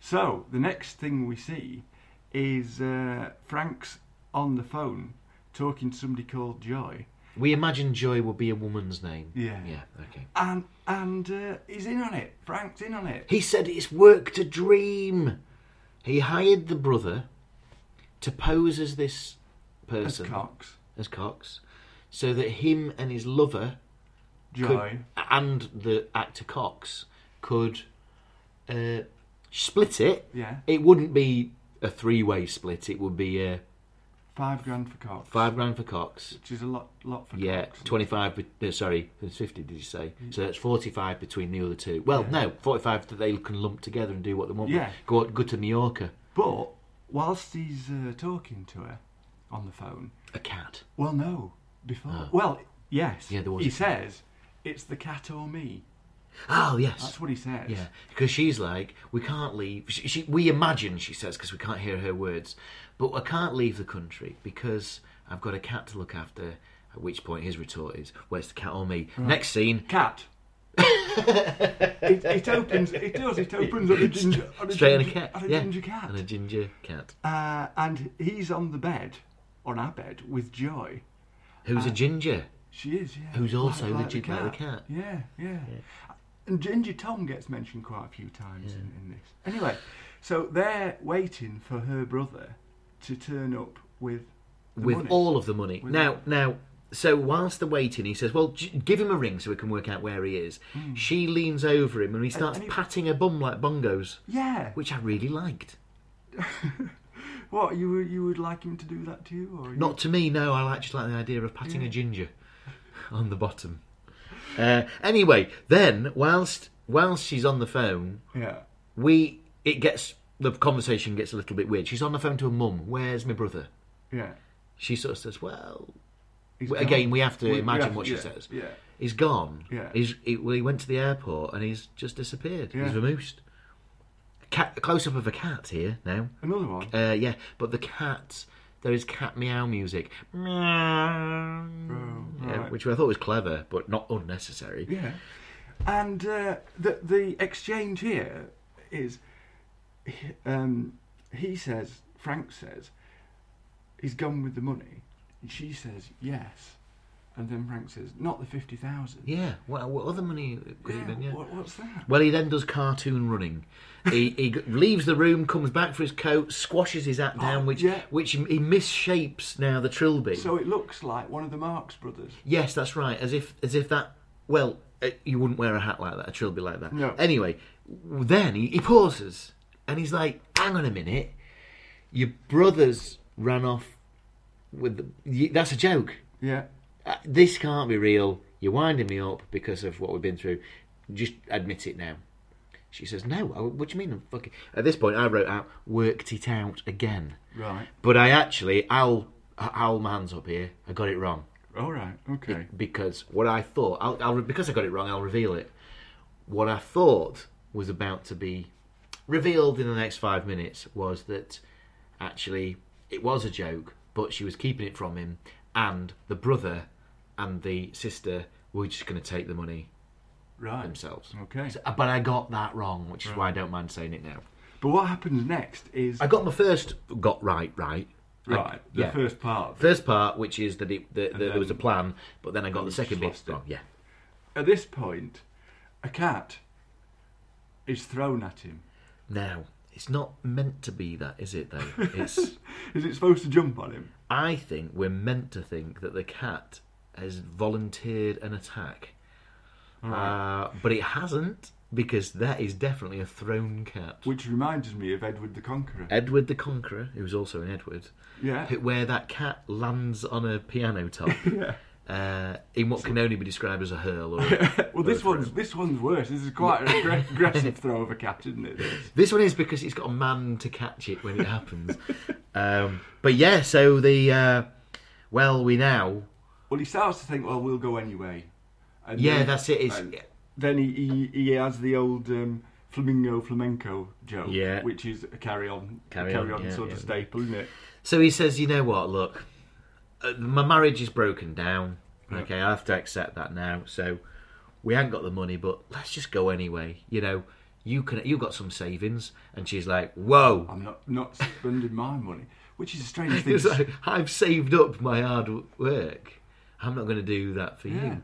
Speaker 2: So the next thing we see is uh, Frank's on the phone talking to somebody called Joy,
Speaker 1: We imagine Joy would be a woman's name.
Speaker 2: Yeah.
Speaker 1: Yeah, okay.
Speaker 2: and and uh, he's in on it. Frank's in on it.
Speaker 1: He said it's work to dream. He hired the brother to pose as this
Speaker 2: As
Speaker 1: person,
Speaker 2: Cox,
Speaker 1: as Cox, so that him and his lover could-
Speaker 2: Joy.
Speaker 1: and the actor Cox could uh, split it.
Speaker 2: Yeah,
Speaker 1: It wouldn't be a three way split, it would be uh,
Speaker 2: five grand for Cox,
Speaker 1: five grand for Cox,
Speaker 2: which is a lot, lot for
Speaker 1: Yeah,
Speaker 2: Cox.
Speaker 1: 25, be- uh, sorry, it was 50 did you say? So that's 45 between the other two. Well, no, 45 that they can lump together and do what they want.
Speaker 2: Yeah.
Speaker 1: Go, go to Mallorca.
Speaker 2: But whilst he's uh, talking to her on the phone,
Speaker 1: A cat.
Speaker 2: well, no, before,
Speaker 1: Oh.
Speaker 2: well, yes,
Speaker 1: Yeah, there was
Speaker 2: he
Speaker 1: a cat.
Speaker 2: says it's the cat or me.
Speaker 1: Oh, yes.
Speaker 2: That's what he says.
Speaker 1: Yeah, because she's like, we can't leave. She, she, we imagine, she says, because we can't hear her words, but I can't leave the country because I've got a cat to look after. At which point his retort is, where's the cat or me? Next scene,
Speaker 2: cat. it, it opens. It does. It opens on a ginger. On a
Speaker 1: straight on a
Speaker 2: ginger-
Speaker 1: cat.
Speaker 2: On a
Speaker 1: yeah.
Speaker 2: ginger cat.
Speaker 1: And a ginger cat.
Speaker 2: Uh, and he's on the bed, on our bed, with Joy.
Speaker 1: Who's a
Speaker 2: Uh,
Speaker 1: ginger?
Speaker 2: She is. Yeah.
Speaker 1: Who's also the gin- like the cat.
Speaker 2: Yeah, yeah. And Ginger Tom gets mentioned quite a few times in, in this. Anyway, so they're waiting for her brother to turn up with the
Speaker 1: with
Speaker 2: money.
Speaker 1: all of the money.
Speaker 2: With
Speaker 1: now, now, so whilst they're waiting, he says, "Well, j- give him a ring so we can work out where he is." She leans over him and he starts
Speaker 2: Hmm. and he-
Speaker 1: patting her bum like bongos,
Speaker 2: Yeah.
Speaker 1: which I really liked.
Speaker 2: What you would- you would like him to do that to you, or you-
Speaker 1: Not to me, no. I like, just like the idea of patting a ginger *laughs* on the bottom. Uh, anyway, then whilst whilst she's on the phone,
Speaker 2: Yeah.
Speaker 1: we it gets the conversation gets a little bit weird. She's on the phone to her mum. Where's my brother?
Speaker 2: Yeah.
Speaker 1: She sort of says, "Well,
Speaker 2: He's
Speaker 1: w-
Speaker 2: gone.
Speaker 1: again, we have to
Speaker 2: We- we
Speaker 1: imagine
Speaker 2: have-
Speaker 1: what she
Speaker 2: yeah,
Speaker 1: says."
Speaker 2: Yeah.
Speaker 1: He's gone.
Speaker 2: Yeah.
Speaker 1: He's he, well, he went to the airport and he's just disappeared.
Speaker 2: Yeah.
Speaker 1: He's vamoosed. Cat, close up of a cat here now.
Speaker 2: Another one.
Speaker 1: Uh, yeah, but the cat, there is cat meow music. Meow. Yeah,
Speaker 2: Oh, right.
Speaker 1: Which I thought was clever, but not unnecessary.
Speaker 2: Yeah. And uh, the the exchange here is, he- um, he says, Frank says, he's gone with the money, and she says yes, and then Frank says, not the fifty thousand.
Speaker 1: Yeah, what, what other money could he been? Yeah.
Speaker 2: What, what's that?
Speaker 1: Well, he then does cartoon running. He, he g- leaves the room, comes back for his coat, squashes his hat down,
Speaker 2: Oh,
Speaker 1: which
Speaker 2: yeah.
Speaker 1: which he misshapes now the trilby.
Speaker 2: So it looks like one of the Marx brothers.
Speaker 1: Yes, that's right. As if as if that. Well, uh, you wouldn't wear a hat like that, a trilby like that.
Speaker 2: No.
Speaker 1: Anyway, w- then he, he pauses and he's like, "Hang on a minute, your brothers ran off with the, y that's a joke.
Speaker 2: Yeah.
Speaker 1: Uh, this can't be real. You're winding me up because of what we've been through. Just admit it now." She says, "No. I- What do you mean? I'm fucking." At this point, I wrote out, "Worked it out again."
Speaker 2: Right.
Speaker 1: But I actually, I'll, I'll my hands up here. I got it wrong
Speaker 2: All right. Okay.
Speaker 1: because what I thought, I'll, I'll, because I got it wrong, I'll reveal it. What I thought was about to be revealed in the next five minutes was that actually it was a joke, but she was keeping it from him, and the brother and the sister were just going to take the money
Speaker 2: Right.
Speaker 1: themselves.
Speaker 2: Okay.
Speaker 1: So- but I got that wrong, which is why I don't mind saying it now.
Speaker 2: But what happens next is
Speaker 1: I got my first got right, right. I-
Speaker 2: right. the
Speaker 1: yeah.
Speaker 2: first part.
Speaker 1: First part, which is that, it, that, that there was a
Speaker 2: then-
Speaker 1: plan, but then I got the
Speaker 2: you
Speaker 1: second
Speaker 2: just
Speaker 1: bit
Speaker 2: lost it.
Speaker 1: wrong. Yeah.
Speaker 2: At this point, a cat is thrown at him.
Speaker 1: Now, it's not meant to be that, is it? Though it's.
Speaker 2: Is it supposed to jump on him?
Speaker 1: I think we're meant to think that the cat has volunteered an attack, uh, but it hasn't because that is definitely a thrown cat.
Speaker 2: Which reminds me of Edward the Conqueror.
Speaker 1: Edward the Conqueror, who's also in Edward,
Speaker 2: yeah.
Speaker 1: who- where that cat lands on a piano top. Uh, in what can only be described as a hurl. Or a-
Speaker 2: Well, this one's this one's worse. This is quite
Speaker 1: *laughs*
Speaker 2: an aggre- aggressive throw of a cat, isn't it? this?
Speaker 1: This one is because it's got a man to catch it when it happens. *laughs* um, but yeah, so the uh, well, we now
Speaker 2: Well, he starts to think, well, we'll go anyway. And
Speaker 1: yeah,
Speaker 2: then-
Speaker 1: that's it. It's
Speaker 2: and then he, he he has the old um, flamingo flamenco joke,
Speaker 1: Yeah.
Speaker 2: which is a carry on,
Speaker 1: Carry
Speaker 2: carry,
Speaker 1: on,
Speaker 2: on,
Speaker 1: yeah,
Speaker 2: sort
Speaker 1: yeah.
Speaker 2: of staple, isn't it?
Speaker 1: so he says, you know what? Look, uh, my marriage is broken down.
Speaker 2: Yeah.
Speaker 1: Okay, I have to accept that now. So we ain't got the money, but let's just go anyway. You know, you can you got some savings, and she's like, whoa. *laughs*
Speaker 2: I'm not not spending my money, which is a strange thing.
Speaker 1: It's
Speaker 2: to
Speaker 1: like, I've saved up my hard w- work. I'm not going to do that for
Speaker 2: Yeah.
Speaker 1: you.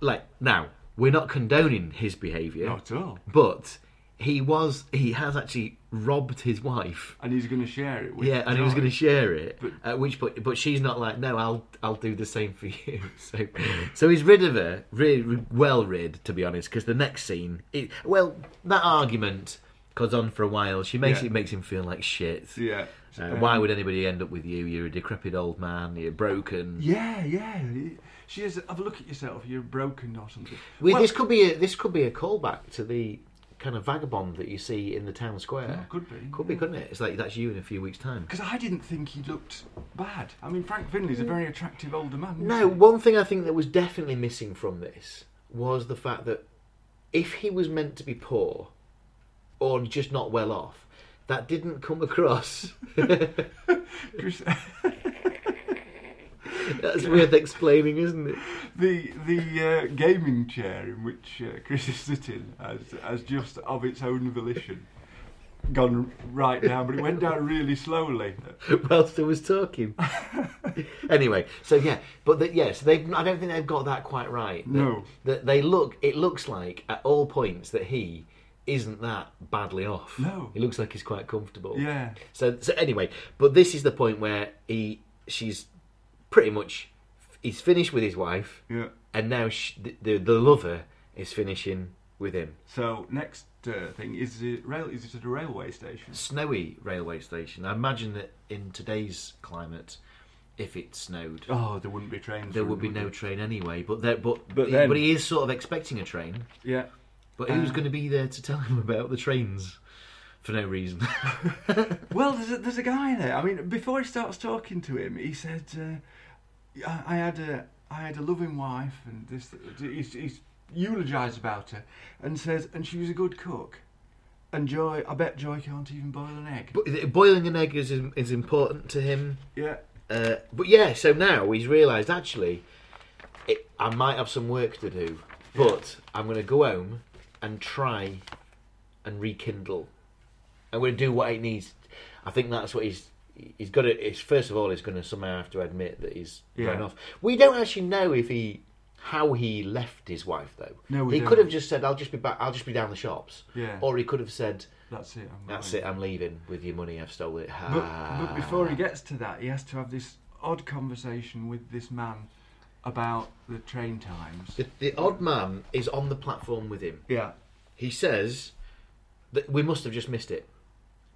Speaker 1: Like now, we're not condoning his behaviour,
Speaker 2: Not at all.
Speaker 1: but he was he has actually robbed his wife.
Speaker 2: And he's going to share it with.
Speaker 1: Yeah, and he was
Speaker 2: Johnny.
Speaker 1: going to share it. at which point, but she's not like, no, I'll I'll do the same for you. *laughs* So, so he's rid of her, really well rid, to be honest. Because the next scene, it, well, that argument goes on for a while. She makes
Speaker 2: Yeah.
Speaker 1: it makes him feel like shit.
Speaker 2: *laughs* Yeah.
Speaker 1: Uh, why would anybody end up with you? You're a decrepit old man. You're broken.
Speaker 2: Yeah, yeah. She says, "Have a look at yourself. You're broken or something."
Speaker 1: We-
Speaker 2: Well,
Speaker 1: this could be a, this could be a callback to the kind of vagabond that you see in the town square.
Speaker 2: Yeah, could be,
Speaker 1: Could be, couldn't it? It's like that's you in a few weeks' time.
Speaker 2: Because I didn't think he looked bad. I mean, Frank Finley's a very attractive older man. *laughs* isn't
Speaker 1: Mm. No,
Speaker 2: he?
Speaker 1: one thing I think that was definitely missing from this was the fact that if he was meant to be poor or just not well off, that didn't come across. *laughs*
Speaker 2: Chris-
Speaker 1: That's worth explaining, isn't it?
Speaker 2: the the uh, gaming chair in which uh, Chris is sitting has has just of its own volition gone right down, but it went down
Speaker 1: *laughs*
Speaker 2: really slowly.
Speaker 1: whilst I was *laughs* talking. anyway, so yeah, but the, yes, they. I don't think they've got that quite right. That-
Speaker 2: No.
Speaker 1: that they look. It looks like at all points that he isn't that badly off.
Speaker 2: No.
Speaker 1: he looks like he's quite comfortable.
Speaker 2: Yeah.
Speaker 1: So so anyway, but this is the point where he she's pretty much he's finished with his wife,
Speaker 2: Yeah.
Speaker 1: and now she, the, the the lover is finishing with him.
Speaker 2: So next uh, thing is it rail? Is it at a railway station?
Speaker 1: Snowy railway station. I imagine that in today's climate, if it snowed.
Speaker 2: Oh, there wouldn't be trains.
Speaker 1: there
Speaker 2: for
Speaker 1: would be
Speaker 2: him,
Speaker 1: no
Speaker 2: there?
Speaker 1: train anyway. But there, but
Speaker 2: But
Speaker 1: he,
Speaker 2: then- Um.
Speaker 1: but he is sort of expecting a train.
Speaker 2: Yeah.
Speaker 1: But who's going to be there to tell him about the trains for no reason? *laughs*
Speaker 2: Well, there's a, there's a guy there. I mean, before he starts talking to him, he said, uh, I, "I had a I had a loving wife, and this." He's, he's eulogised about her, and says, "And she was a good cook." And Joy, I bet Joy can't even boil an egg.
Speaker 1: Bo- boiling an egg is is important to him.
Speaker 2: yeah.
Speaker 1: Uh, but yeah, so now he's realised actually, it, I might have some work to do, but I'm going to go home and try and rekindle. I'm going to do what it needs. I think that's what he's he's got. To, he's first of all he's going to somehow have to admit that he's
Speaker 2: Yeah.
Speaker 1: run off. We don't actually know if he how he left his wife though.
Speaker 2: No, we
Speaker 1: he
Speaker 2: don't.
Speaker 1: could have just said, "I'll just be back. I'll just be down the shops."
Speaker 2: Yeah.
Speaker 1: Or he could have said,
Speaker 2: That's it. I'm
Speaker 1: "That's
Speaker 2: right.
Speaker 1: it. I'm leaving with your money. I've stolen it."
Speaker 2: But, but before he gets to that, he has to have this odd conversation with this man about the train times.
Speaker 1: The, the odd man is on the platform with him.
Speaker 2: Yeah.
Speaker 1: He says that we must have just missed it.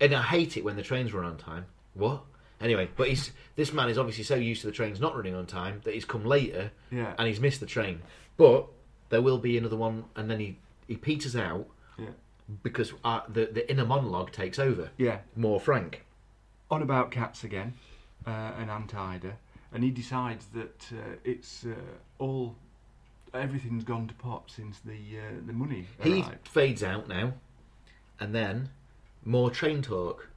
Speaker 1: And I hate it when the trains run on time. What? Anyway, but he's this man is obviously so used to the trains not running on time that he's come later
Speaker 2: Yeah.
Speaker 1: and he's missed the train. But there will be another one and then he, he peters out
Speaker 2: Yeah.
Speaker 1: because uh, the, the inner monologue takes over.
Speaker 2: Yeah.
Speaker 1: More frank.
Speaker 2: on about cats again uh, and Aunt Ida, and he decides that uh, it's uh, all everything's gone to pot since the uh, the money
Speaker 1: He
Speaker 2: arrived.
Speaker 1: fades out now, and then more train talk.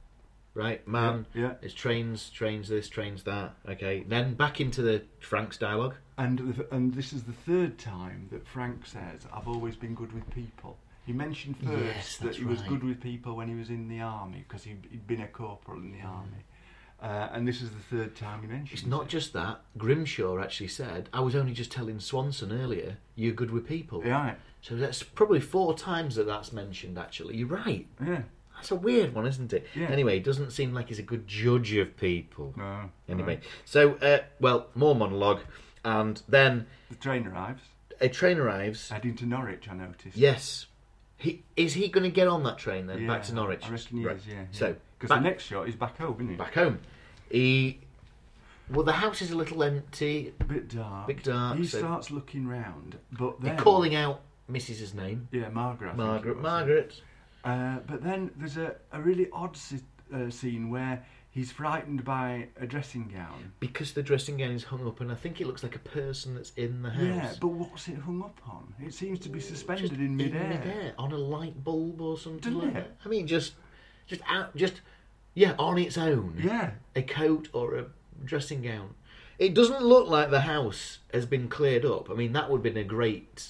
Speaker 1: Right, man.
Speaker 2: Yeah, yeah.
Speaker 1: It's trains, trains this, trains that. Okay, then back into the Frank's dialogue.
Speaker 2: And the, and this is the third time that Frank says, "I've always been good with people." He mentioned first
Speaker 1: Yes,
Speaker 2: that
Speaker 1: that's
Speaker 2: he was
Speaker 1: right.
Speaker 2: good with people when he was in the army because he'd, he'd been a corporal in the army, uh, and this is the third time he mentions
Speaker 1: Mm. It's not
Speaker 2: it.
Speaker 1: just that. Grimshaw actually said, "I was only just telling Swanson earlier, you're good with people."
Speaker 2: yeah,
Speaker 1: So that's probably four times that that's mentioned. Actually, you're right.
Speaker 2: yeah,
Speaker 1: That's a weird one, isn't it?
Speaker 2: Yeah.
Speaker 1: Anyway, it doesn't seem like he's a good judge of people.
Speaker 2: no.
Speaker 1: Anyway,
Speaker 2: no.
Speaker 1: so uh, well, more monologue, and then
Speaker 2: the train arrives
Speaker 1: a train arrives.
Speaker 2: heading to Norwich. I noticed.
Speaker 1: Yes. He is he going to get on that train then back to
Speaker 2: Yeah,
Speaker 1: Norwich?
Speaker 2: I reckon he is, yeah. yeah.
Speaker 1: So
Speaker 2: because the
Speaker 1: back,
Speaker 2: next shot is back home, isn't it?
Speaker 1: back home. He well, the house is a little empty.
Speaker 2: A bit dark.
Speaker 1: Bit dark,
Speaker 2: He
Speaker 1: so-
Speaker 2: starts looking round, but
Speaker 1: They're
Speaker 2: then
Speaker 1: calling out Mrs.'s name,
Speaker 2: Yeah, Margaret. I think it
Speaker 1: Margaret.
Speaker 2: was.
Speaker 1: Margaret.
Speaker 2: Uh, but then there's a, a really odd si- uh, scene where he's frightened by a dressing gown.
Speaker 1: Because the dressing gown is hung up, and I think it looks like a person that's in the house.
Speaker 2: Yeah, but what's it hung up on? It seems to be suspended
Speaker 1: Just
Speaker 2: in midair.
Speaker 1: midair, on a light bulb or something
Speaker 2: Doesn't
Speaker 1: like
Speaker 2: it?
Speaker 1: that. I mean, just, just out, just, yeah, on its own.
Speaker 2: Yeah.
Speaker 1: a coat or a dressing gown. It doesn't look like the house has been cleared up. I mean, that would have been a great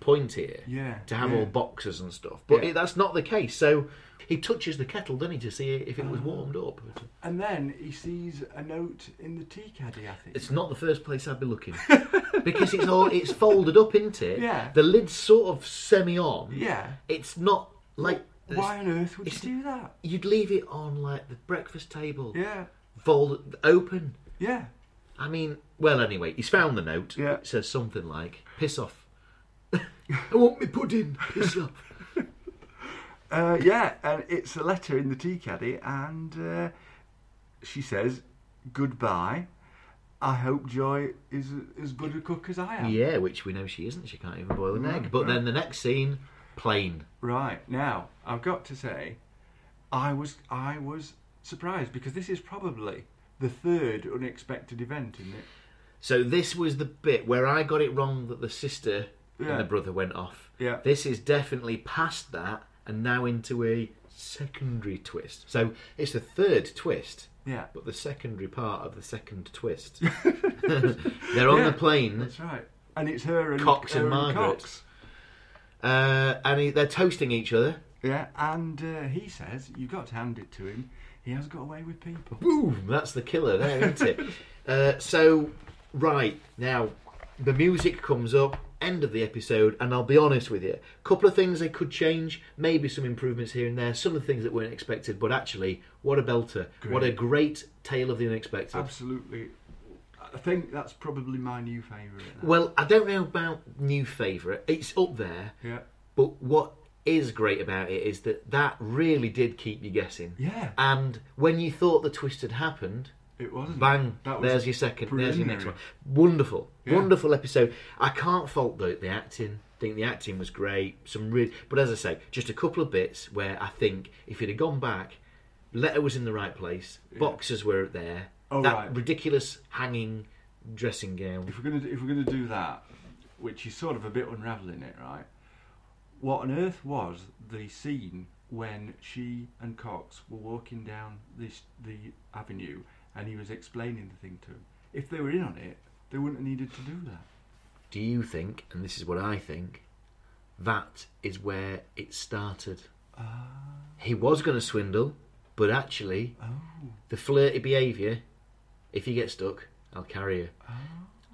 Speaker 1: point here.
Speaker 2: Yeah,
Speaker 1: To have
Speaker 2: yeah.
Speaker 1: all boxes and stuff. But
Speaker 2: Yeah.
Speaker 1: it, that's not the case. So he touches the kettle, doesn't he, to see if it was
Speaker 2: Ah.
Speaker 1: warmed up.
Speaker 2: And then he sees a note in the tea caddy, I think.
Speaker 1: It's not the first place I'd be
Speaker 2: *laughs*
Speaker 1: looking. because it's all it's folded up, isn't it?
Speaker 2: Yeah.
Speaker 1: The lid's sort of semi on.
Speaker 2: Yeah.
Speaker 1: It's not like
Speaker 2: Why on earth would you
Speaker 1: it's-
Speaker 2: do that?
Speaker 1: you'd leave it on like the breakfast table.
Speaker 2: Yeah,
Speaker 1: Folded open.
Speaker 2: yeah.
Speaker 1: I mean, well, anyway, he's found the note.
Speaker 2: Yeah.
Speaker 1: It says something like, piss off. *laughs* I want me pudding. *laughs* Piss off.
Speaker 2: Uh, yeah, and it's a letter in the tea caddy, and uh, she says, "Goodbye. I hope Joy is as good a cook as I am."
Speaker 1: yeah, which we know she isn't. She can't even boil an egg.
Speaker 2: Right,
Speaker 1: But
Speaker 2: right.
Speaker 1: then the next scene, plain.
Speaker 2: Right now, I've got to say, I was I was surprised because this is probably the third unexpected event, isn't it?
Speaker 1: So this was the bit where I got it wrong that the sister
Speaker 2: Yeah.
Speaker 1: and the brother went off.
Speaker 2: Yeah.
Speaker 1: This is definitely past that and now into a secondary twist. So it's the third twist.
Speaker 2: Yeah.
Speaker 1: But the secondary part of the second *laughs* twist. They're on
Speaker 2: Yeah,
Speaker 1: the plane.
Speaker 2: That's right. And it's her and
Speaker 1: Cox and
Speaker 2: her
Speaker 1: Margaret.
Speaker 2: Cox.
Speaker 1: Uh, and he, they're toasting each other.
Speaker 2: Yeah, and uh, he says, "You've got to hand it to him. He has got away with people."
Speaker 1: Boom! That's the killer there, isn't it? uh, so, right, now, the music comes up, end of the episode, and I'll be honest with you. couple of things they could change, maybe some improvements here and there, some of the things that weren't expected, but actually, what a belter. What a great tale of the unexpected.
Speaker 2: Absolutely. I think that's probably my new favourite. that.
Speaker 1: Well, I don't know about new favourite. It's up there,
Speaker 2: Yeah.
Speaker 1: but what is great about it is that that really did keep you guessing.
Speaker 2: Yeah.
Speaker 1: And when you thought the twist had happened,
Speaker 2: It wasn't.
Speaker 1: Bang!
Speaker 2: That was
Speaker 1: there's your second. There's your next one.
Speaker 2: preliminary.
Speaker 1: Wonderful,
Speaker 2: Yeah.
Speaker 1: wonderful episode. I can't fault the, the acting. I think the acting was great. Some really, but as I say, just a couple of bits where I think if it had gone back, letter was in the right place, boxes were there.
Speaker 2: Oh,
Speaker 1: that
Speaker 2: right.
Speaker 1: ridiculous hanging dressing gown.
Speaker 2: If we're gonna do- if we're gonna do that, which is sort of a bit unravelling it, right? What on earth was the scene when she and Cox were walking down this the avenue and he was explaining the thing to them. If they were in on it, they wouldn't have needed to do that.
Speaker 1: Do you think, and this is what I think, that is where it started?
Speaker 2: Ah.
Speaker 1: He was going to swindle, but actually,
Speaker 2: Oh,
Speaker 1: the flirty behaviour, if you get stuck, I'll carry you.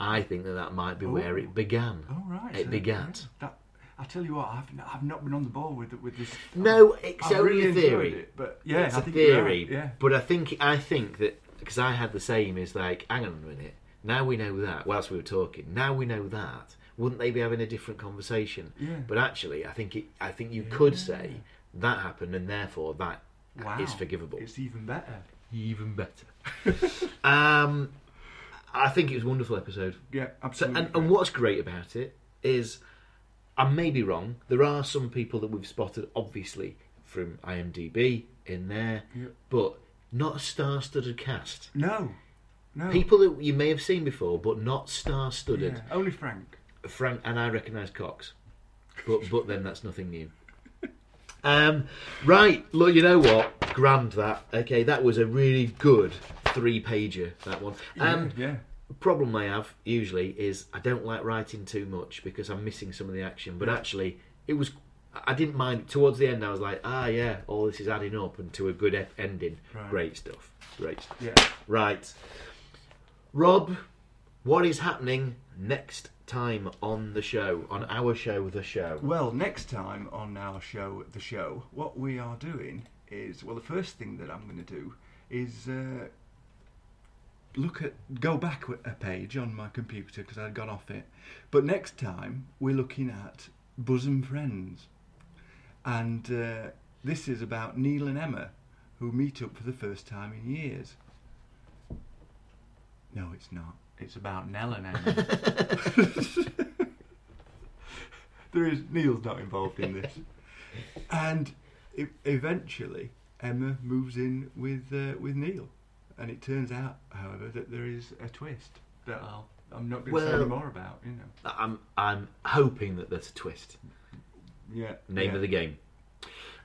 Speaker 1: I think that that might be where
Speaker 2: Oh.
Speaker 1: it began.
Speaker 2: oh right.
Speaker 1: It
Speaker 2: so-
Speaker 1: begat.
Speaker 2: That, I tell you what, I've, n- I've not been on the ball with with this.
Speaker 1: No,
Speaker 2: I've-
Speaker 1: it's
Speaker 2: I've
Speaker 1: only a
Speaker 2: enjoyed
Speaker 1: theory.
Speaker 2: it, but yeah,
Speaker 1: it's
Speaker 2: I
Speaker 1: a
Speaker 2: think you're
Speaker 1: theory.
Speaker 2: right, yeah.
Speaker 1: But I think I think that because I had the same is like, hang on a minute. Now we know that. Whilst we were talking, now we know that. Wouldn't they be having a different conversation?
Speaker 2: Yeah.
Speaker 1: But actually, I think it. I think you could say that happened, and therefore that is
Speaker 2: Wow.
Speaker 1: forgivable.
Speaker 2: It's even better.
Speaker 1: even better. *laughs* um, I think it was a wonderful episode.
Speaker 2: Yeah,
Speaker 1: So,
Speaker 2: absolutely.
Speaker 1: and, and what's great about it is, I may be wrong. There are some people that we've spotted, obviously from IMDb in there,
Speaker 2: Yep.
Speaker 1: but not a star-studded cast.
Speaker 2: no, no.
Speaker 1: People that you may have seen before, but not star-studded.
Speaker 2: yeah, only Frank.
Speaker 1: Frank and I recognise Cox, but but then that's nothing new. Um, right, look, you know what? Grand that. Okay, that was a really good three pager. That one. Um,
Speaker 2: yeah,
Speaker 1: Problem I have usually is I don't like writing too much because I'm missing some of the action. But actually, it was I didn't mind. Towards the end, I was like, ah, yeah, all this is adding up and to a good ep- ending.
Speaker 2: Right.
Speaker 1: Great stuff. Great. Stuff.
Speaker 2: yeah.
Speaker 1: Right. Rob, what is happening next time on the show? On our show, the show.
Speaker 2: Well, next time on our show, the show, what we are doing is well, the first thing that I'm going to do is uh, look at go back a page on my computer because I'd gone off it. But next time we're looking at bosom friends, and uh, this is about Neil and Emma who meet up for the first time in years. No, it's not. It's about Nell and Emma. *laughs* there is Neil's not involved in this, and e- eventually Emma moves in with uh, with Neil, and it turns out, however, that there is a twist that I'll, I'm not going to say
Speaker 1: Well-
Speaker 2: any more about. You know,
Speaker 1: I'm I'm hoping that there's a twist.
Speaker 2: yeah.
Speaker 1: Name
Speaker 2: yeah.
Speaker 1: of the game.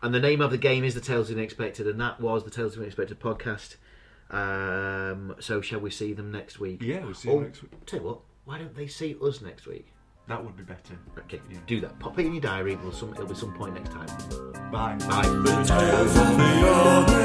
Speaker 1: And the name of the game is The Tales of the Unexpected, and that was the Tales of the Unexpected podcast. Um, so shall we see them next week?
Speaker 2: Yeah, we'll see
Speaker 1: Oh,
Speaker 2: you next week.
Speaker 1: Tell you what, why don't they see us next week?
Speaker 2: That would be better.
Speaker 1: Okay,
Speaker 2: Yeah.
Speaker 1: do that. Pop it in your diary. We'll some, it'll be some point next time.
Speaker 2: Bye.
Speaker 1: Bye.
Speaker 3: The tales of the